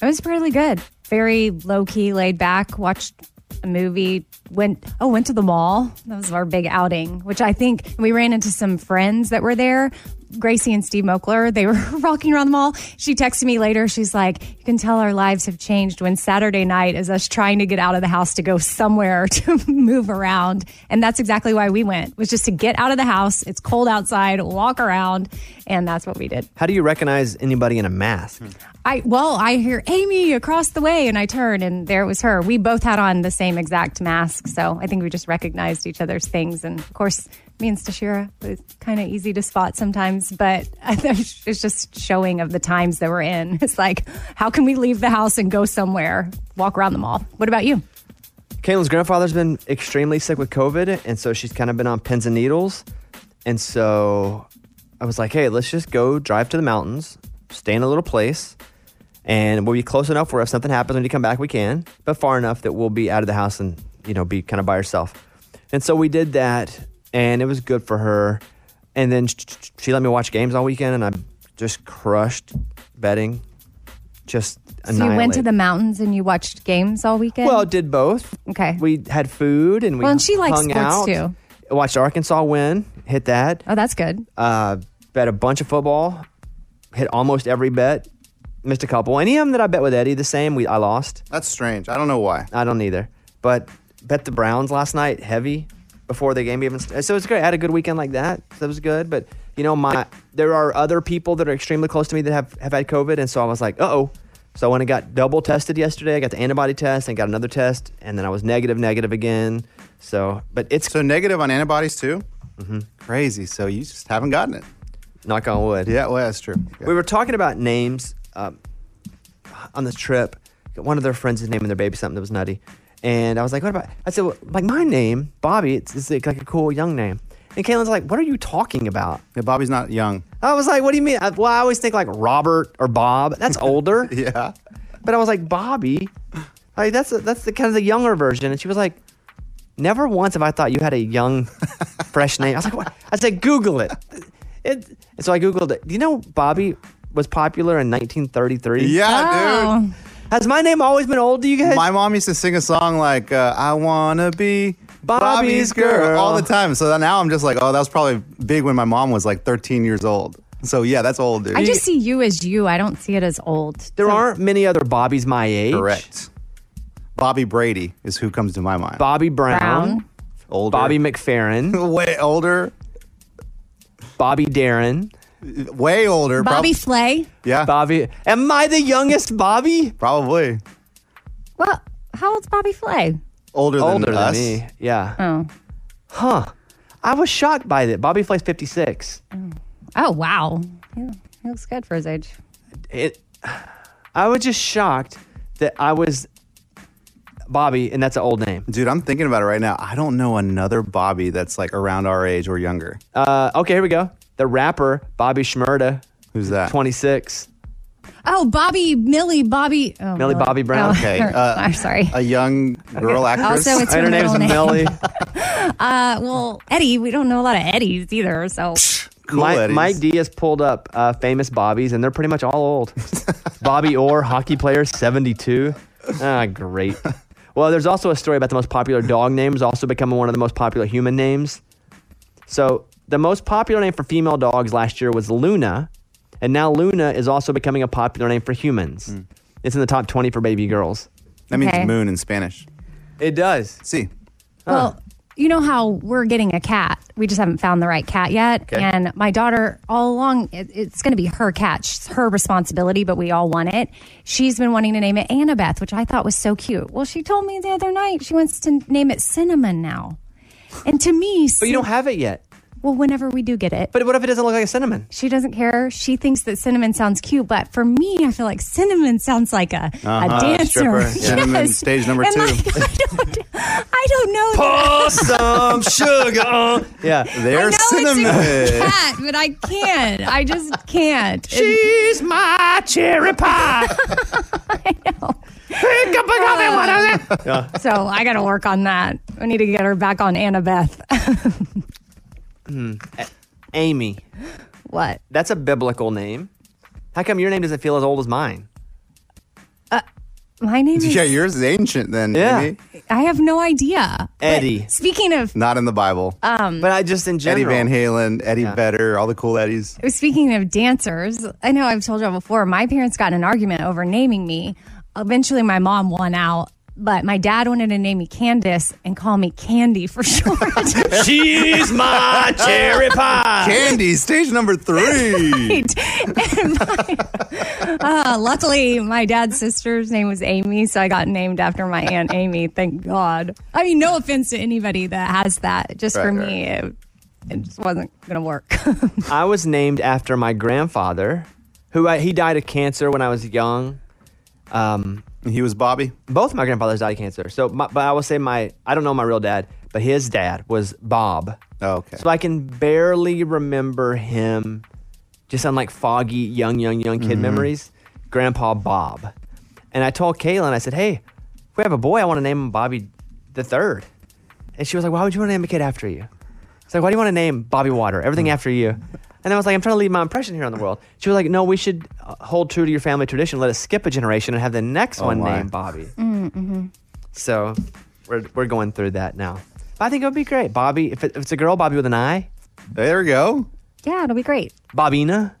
It was really good. Very low key, laid back. Watched a movie. Went oh, went to the mall. That was our big outing, which I think we ran into some friends that were there. Gracie and Steve Mokler, they were walking around the mall. She texted me later. She's like, You can tell our lives have changed when Saturday night is us trying to get out of the house to go somewhere to move around. And that's exactly why we went, was just to get out of the house. It's cold outside, walk around. And that's what we did.
How do you recognize anybody in a mask?
Hmm.
I well, I hear Amy across the way, and I turn, and there was her. We both had on the same exact mask, so I think we just recognized each other's things. And of course, me and Stashira was kind of easy to spot sometimes, but it's just showing of the times that we're in. It's like, how can we leave the house and go somewhere, walk around the mall? What about you?
Caitlin's grandfather's been extremely sick with COVID, and so she's kind of been on pins and needles. And so I was like, hey, let's just go drive to the mountains, stay in a little place, and we'll be close enough where if something happens when you come back, we can, but far enough that we'll be out of the house and, you know, be kind of by herself. And so we did that, and it was good for her. And then sh- sh- she let me watch games all weekend, and I just crushed betting. Just
So you went to
annihilated.
the mountains and you watched games all weekend.
Well, did both.
Okay.
We had food and we
Well, and she likes
hung
sports,
out.
too.
Watched Arkansas win, hit that.
oh, that's good.
Uh, bet a bunch of football, hit almost every bet, missed a couple. Any of them that I bet with Eddie the same, we I lost.
That's strange. I don't know why.
I don't either. But bet the Browns last night heavy before the game even. st- So it's great. I had a good weekend like that. So that was good. But you know, my there are other people that are extremely close to me that have have had COVID, and so I was like, uh oh. So I went and got double tested yesterday. I got the antibody test and got another test, and then I was negative, negative again. So, but it's
so negative on antibodies too. Mm-hmm. Crazy. So you just haven't gotten it.
Knock on wood.
Yeah, well, that's true.
We were talking about names um, on this trip. One of their friends is naming their baby something that was nutty, and I was like, "What about?" I said, well, "Like my name, Bobby. It's, it's like, like a cool young name." And Caitlin's like, "What are you talking about?"
Yeah, Bobby's not young.
I was like, "What do you mean?" I, well, I always think like Robert or Bob. That's older.
yeah.
But I was like, Bobby. Like that's that's the kind of the younger version. And she was like, "Never once have I thought you had a young, fresh name." I was like, "What?" I said, "Google it." It. And so I googled it. Do you know Bobby was popular in 1933?
Yeah,
dude.
Has my name always been old to you guys?
My mom used to sing a song like uh, "I wanna be
Bobby's girl.
all the time. So now I'm just like, oh, that was probably big when my mom was like 13 years old. So yeah, that's old, dude.
I just see you as you. I don't see it as old.
There aren't many other Bobbies my age.
Correct. Bobby Brady is who comes to my mind.
Bobby Brown.
Brown.
Older.
Bobby McFerrin.
Way older.
Bobby Darren.
Way older.
Bobby Flay.
yeah.
Bobby. Am I the youngest Bobby?
Probably.
Well, how old's Bobby Flay?
Older than
older
us.
than me. Yeah.
Oh.
Huh. I was shocked by that. Bobby Flay's 56.
Oh wow. Yeah, he looks good for his age.
It, I was just shocked that I was Bobby, and that's an old name.
Dude, I'm thinking about it right now. I don't know another Bobby that's like around our age or younger.
Uh, okay, here we go. The rapper Bobby Shmurda.
Who's that?
26.
Oh, Bobby Millie Bobby. Oh,
Millie Bobby Brown.
Oh, I'm sorry.
uh, A young girl
Okay.
actress.
Also, it's her Her name's middle name.
Millie.
Uh, well, Eddie, we don't know a lot of Eddies either, so
cool
Mike,
Eddies.
Mike D has pulled up uh, famous Bobbies, and they're pretty much all old. Bobby Orr, hockey player, 72. Ah, great. Well, there's also a story about the most popular dog names also becoming one of the most popular human names. So, the most popular name for female dogs last year was Luna, and now Luna is also becoming a popular name for humans. It's in the top 20 for baby girls.
That means Okay.
moon in Spanish. It does.
See.
Well, you know how we're getting a cat. We just haven't found the right cat yet.
Okay.
And my daughter, all along, it, it's going to be her cat. It's her responsibility, but we all want it. She's been wanting to name it Annabeth, which I thought was so cute. Well, she told me the other night she wants to name it Cinnamon now. And to me,
But you don't have it yet.
Well, whenever we do get it.
But what if it doesn't look like a cinnamon?
She doesn't care. She thinks that cinnamon sounds cute, but for me, I feel like cinnamon sounds like a,
Uh-huh,
a dancer.
stripper. Cinnamon,
Yes.
stage number
And,
two.
like, I, don't, I don't know.
Pour
that-
some sugar on.
Yeah,
I know
there's cinnamon.
it's a cat, but I can't. I just can't. She's
my cherry pie. Yeah.
Uh, So I got to work on that. I need to get her back on Annabeth.
Hmm. A- Amy.
What?
That's a biblical name. How come your name doesn't feel as old as mine?
My name is.
Yeah, yours is ancient then. Yeah.
I have no idea.
Eh.
Eddie.
Speaking of,
Not in the Bible.
um,
Eddie Van Halen, Eddie Vedder, all the cool Eddies.
Speaking of dancers, I know I've told y'all before, my parents got in an argument over naming me. Eventually, my mom won out, but my dad wanted to name me Candace and call me Candy for short.
She's my cherry pie.
Candy, stage number three.
Right. And my- uh, luckily, my dad's sister's name was Amy, so I got named after my aunt Amy. Thank God. I mean, no offense to anybody that has that. Just for
Right,
me, it, it just wasn't going to work.
I was named after my grandfather, who I, he died of cancer when I was young. Um,
he was Bobby.
Both my grandfathers died of cancer. So, my, but I will say my I don't know my real dad, but his dad was Bob.
Oh, okay.
So I can barely remember him, just on like foggy young, young, young kid
Mhm.
Mm-hmm.
memories. Grandpa Bob, and I told Kaylin, I said, "Hey, we have a boy. I want to name him Bobby the Third. And she was like, "Why would you want to name a kid after you?" It's like, why do you want to name Bobby Water? Everything
Mm.
after you. And I was like, I'm trying to leave my impression here on the world. She was like, no, we should uh, hold true to your family tradition. Let us skip a generation and have the next
Oh,
one
my.
named Bobby.
Mm, mm-hmm.
So we're, we're going through that now. I think it would be great. Bobby, if, it, if it's a girl, Bobby with an I.
There we go.
yeah, it'll be great.
Bobina.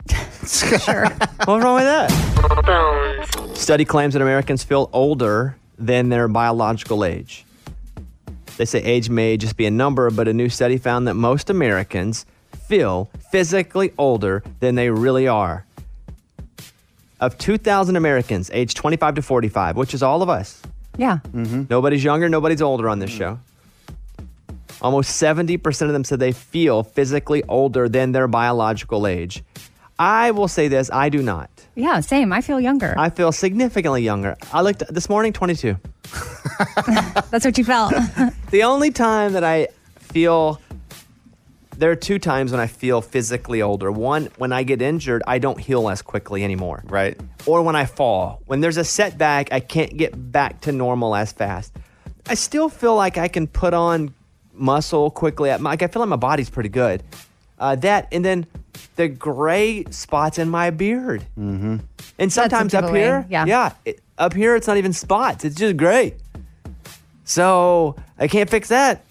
Sure.
What's wrong with that? Study claims that Americans feel older than their biological age. They say age may just be a number, but a new study found that most Americans feel physically older than they really are. Of 2,000 Americans aged 25 to 45, which is all of us,
Yeah.
Mm-hmm. nobody's younger, nobody's older on this show. Almost 70% of them said they feel physically older than their biological age. I will say this I do not.
Yeah, same. I feel younger.
I feel significantly younger. I looked this morning, 22.
That's what you felt.
The only time that I feel there are two times when I feel physically older. One, when I get injured, I don't heal as quickly anymore.
Right.
Or when I fall. When there's a setback, I can't get back to normal as fast. I still feel like I can put on muscle quickly. I- Like I feel like my body's pretty good. Uh, that and then the gray spots in my beard.
Mm-hmm.
And sometimes up
giveaway,
here,
yeah.
yeah, it- up here it's not even spots. It's just great. So I can't fix that.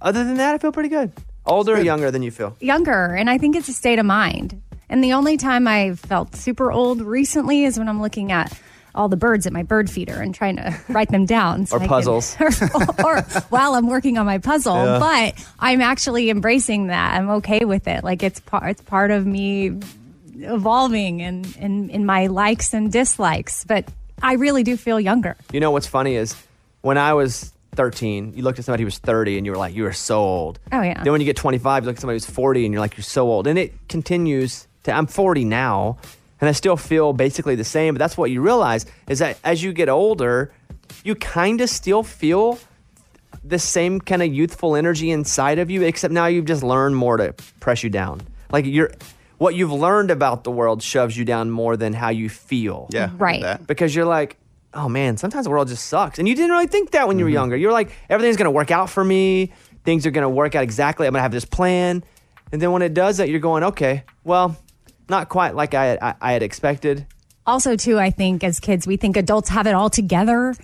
Other than that, I feel pretty good. Older or younger than you feel.
younger and i think it's a state of mind and the only time i felt super old recently is when i'm looking at all the birds at my bird feeder and trying to write them down so
Or
I can-
puzzles.
or, or while i'm working on my puzzle
Yeah.
but i'm actually embracing that i'm okay with it like it's part it's part of me evolving and in, in, my likes and dislikes but i really do feel younger
You know what's funny is when I was 13, you looked at somebody who was 30 and you were like, you are so old.
oh yeah
Then when you get 25, you look at somebody who's 40 and you're like, you're so old. And it continues to, I'm 40 now and I still feel basically the same. But that's what you realize is that as you get older, you kind of still feel the same kind of youthful energy inside of you, except now you've just learned more to press you down. Like you're, what you've learned about the world shoves you down more than how you feel.
Yeah.
Right.
Because you're like, oh man, sometimes the world just sucks. And you didn't really think that when you were younger. You're like, everything's going to work out for me. Things are going to work out exactly. I'm going to have this plan. And then when it does that, you're going, okay, well, not quite like I I, I had expected.
Also, too, I think as kids, we think adults have it all together.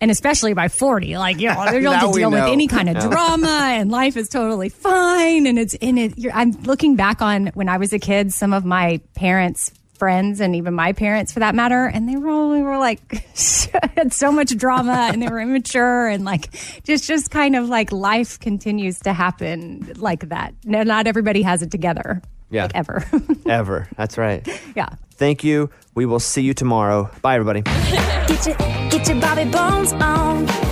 And especially by 40, like, you know, they don't
Now
have to
we
deal with
know.
any kind of
No.
drama and life is totally fine. And it's in it. You're, I'm looking back on when I was a kid, some of my parents' friends and even my parents for that matter. And they were all, we were like, had so much drama and they were immature and like, just, just kind of like life continues to happen like that. No, not everybody has it together
Yeah.
ever.
Ever. That's right.
yeah.
Thank you. We will see you tomorrow. Bye, everybody.
Get your, get your Bobby Bones on.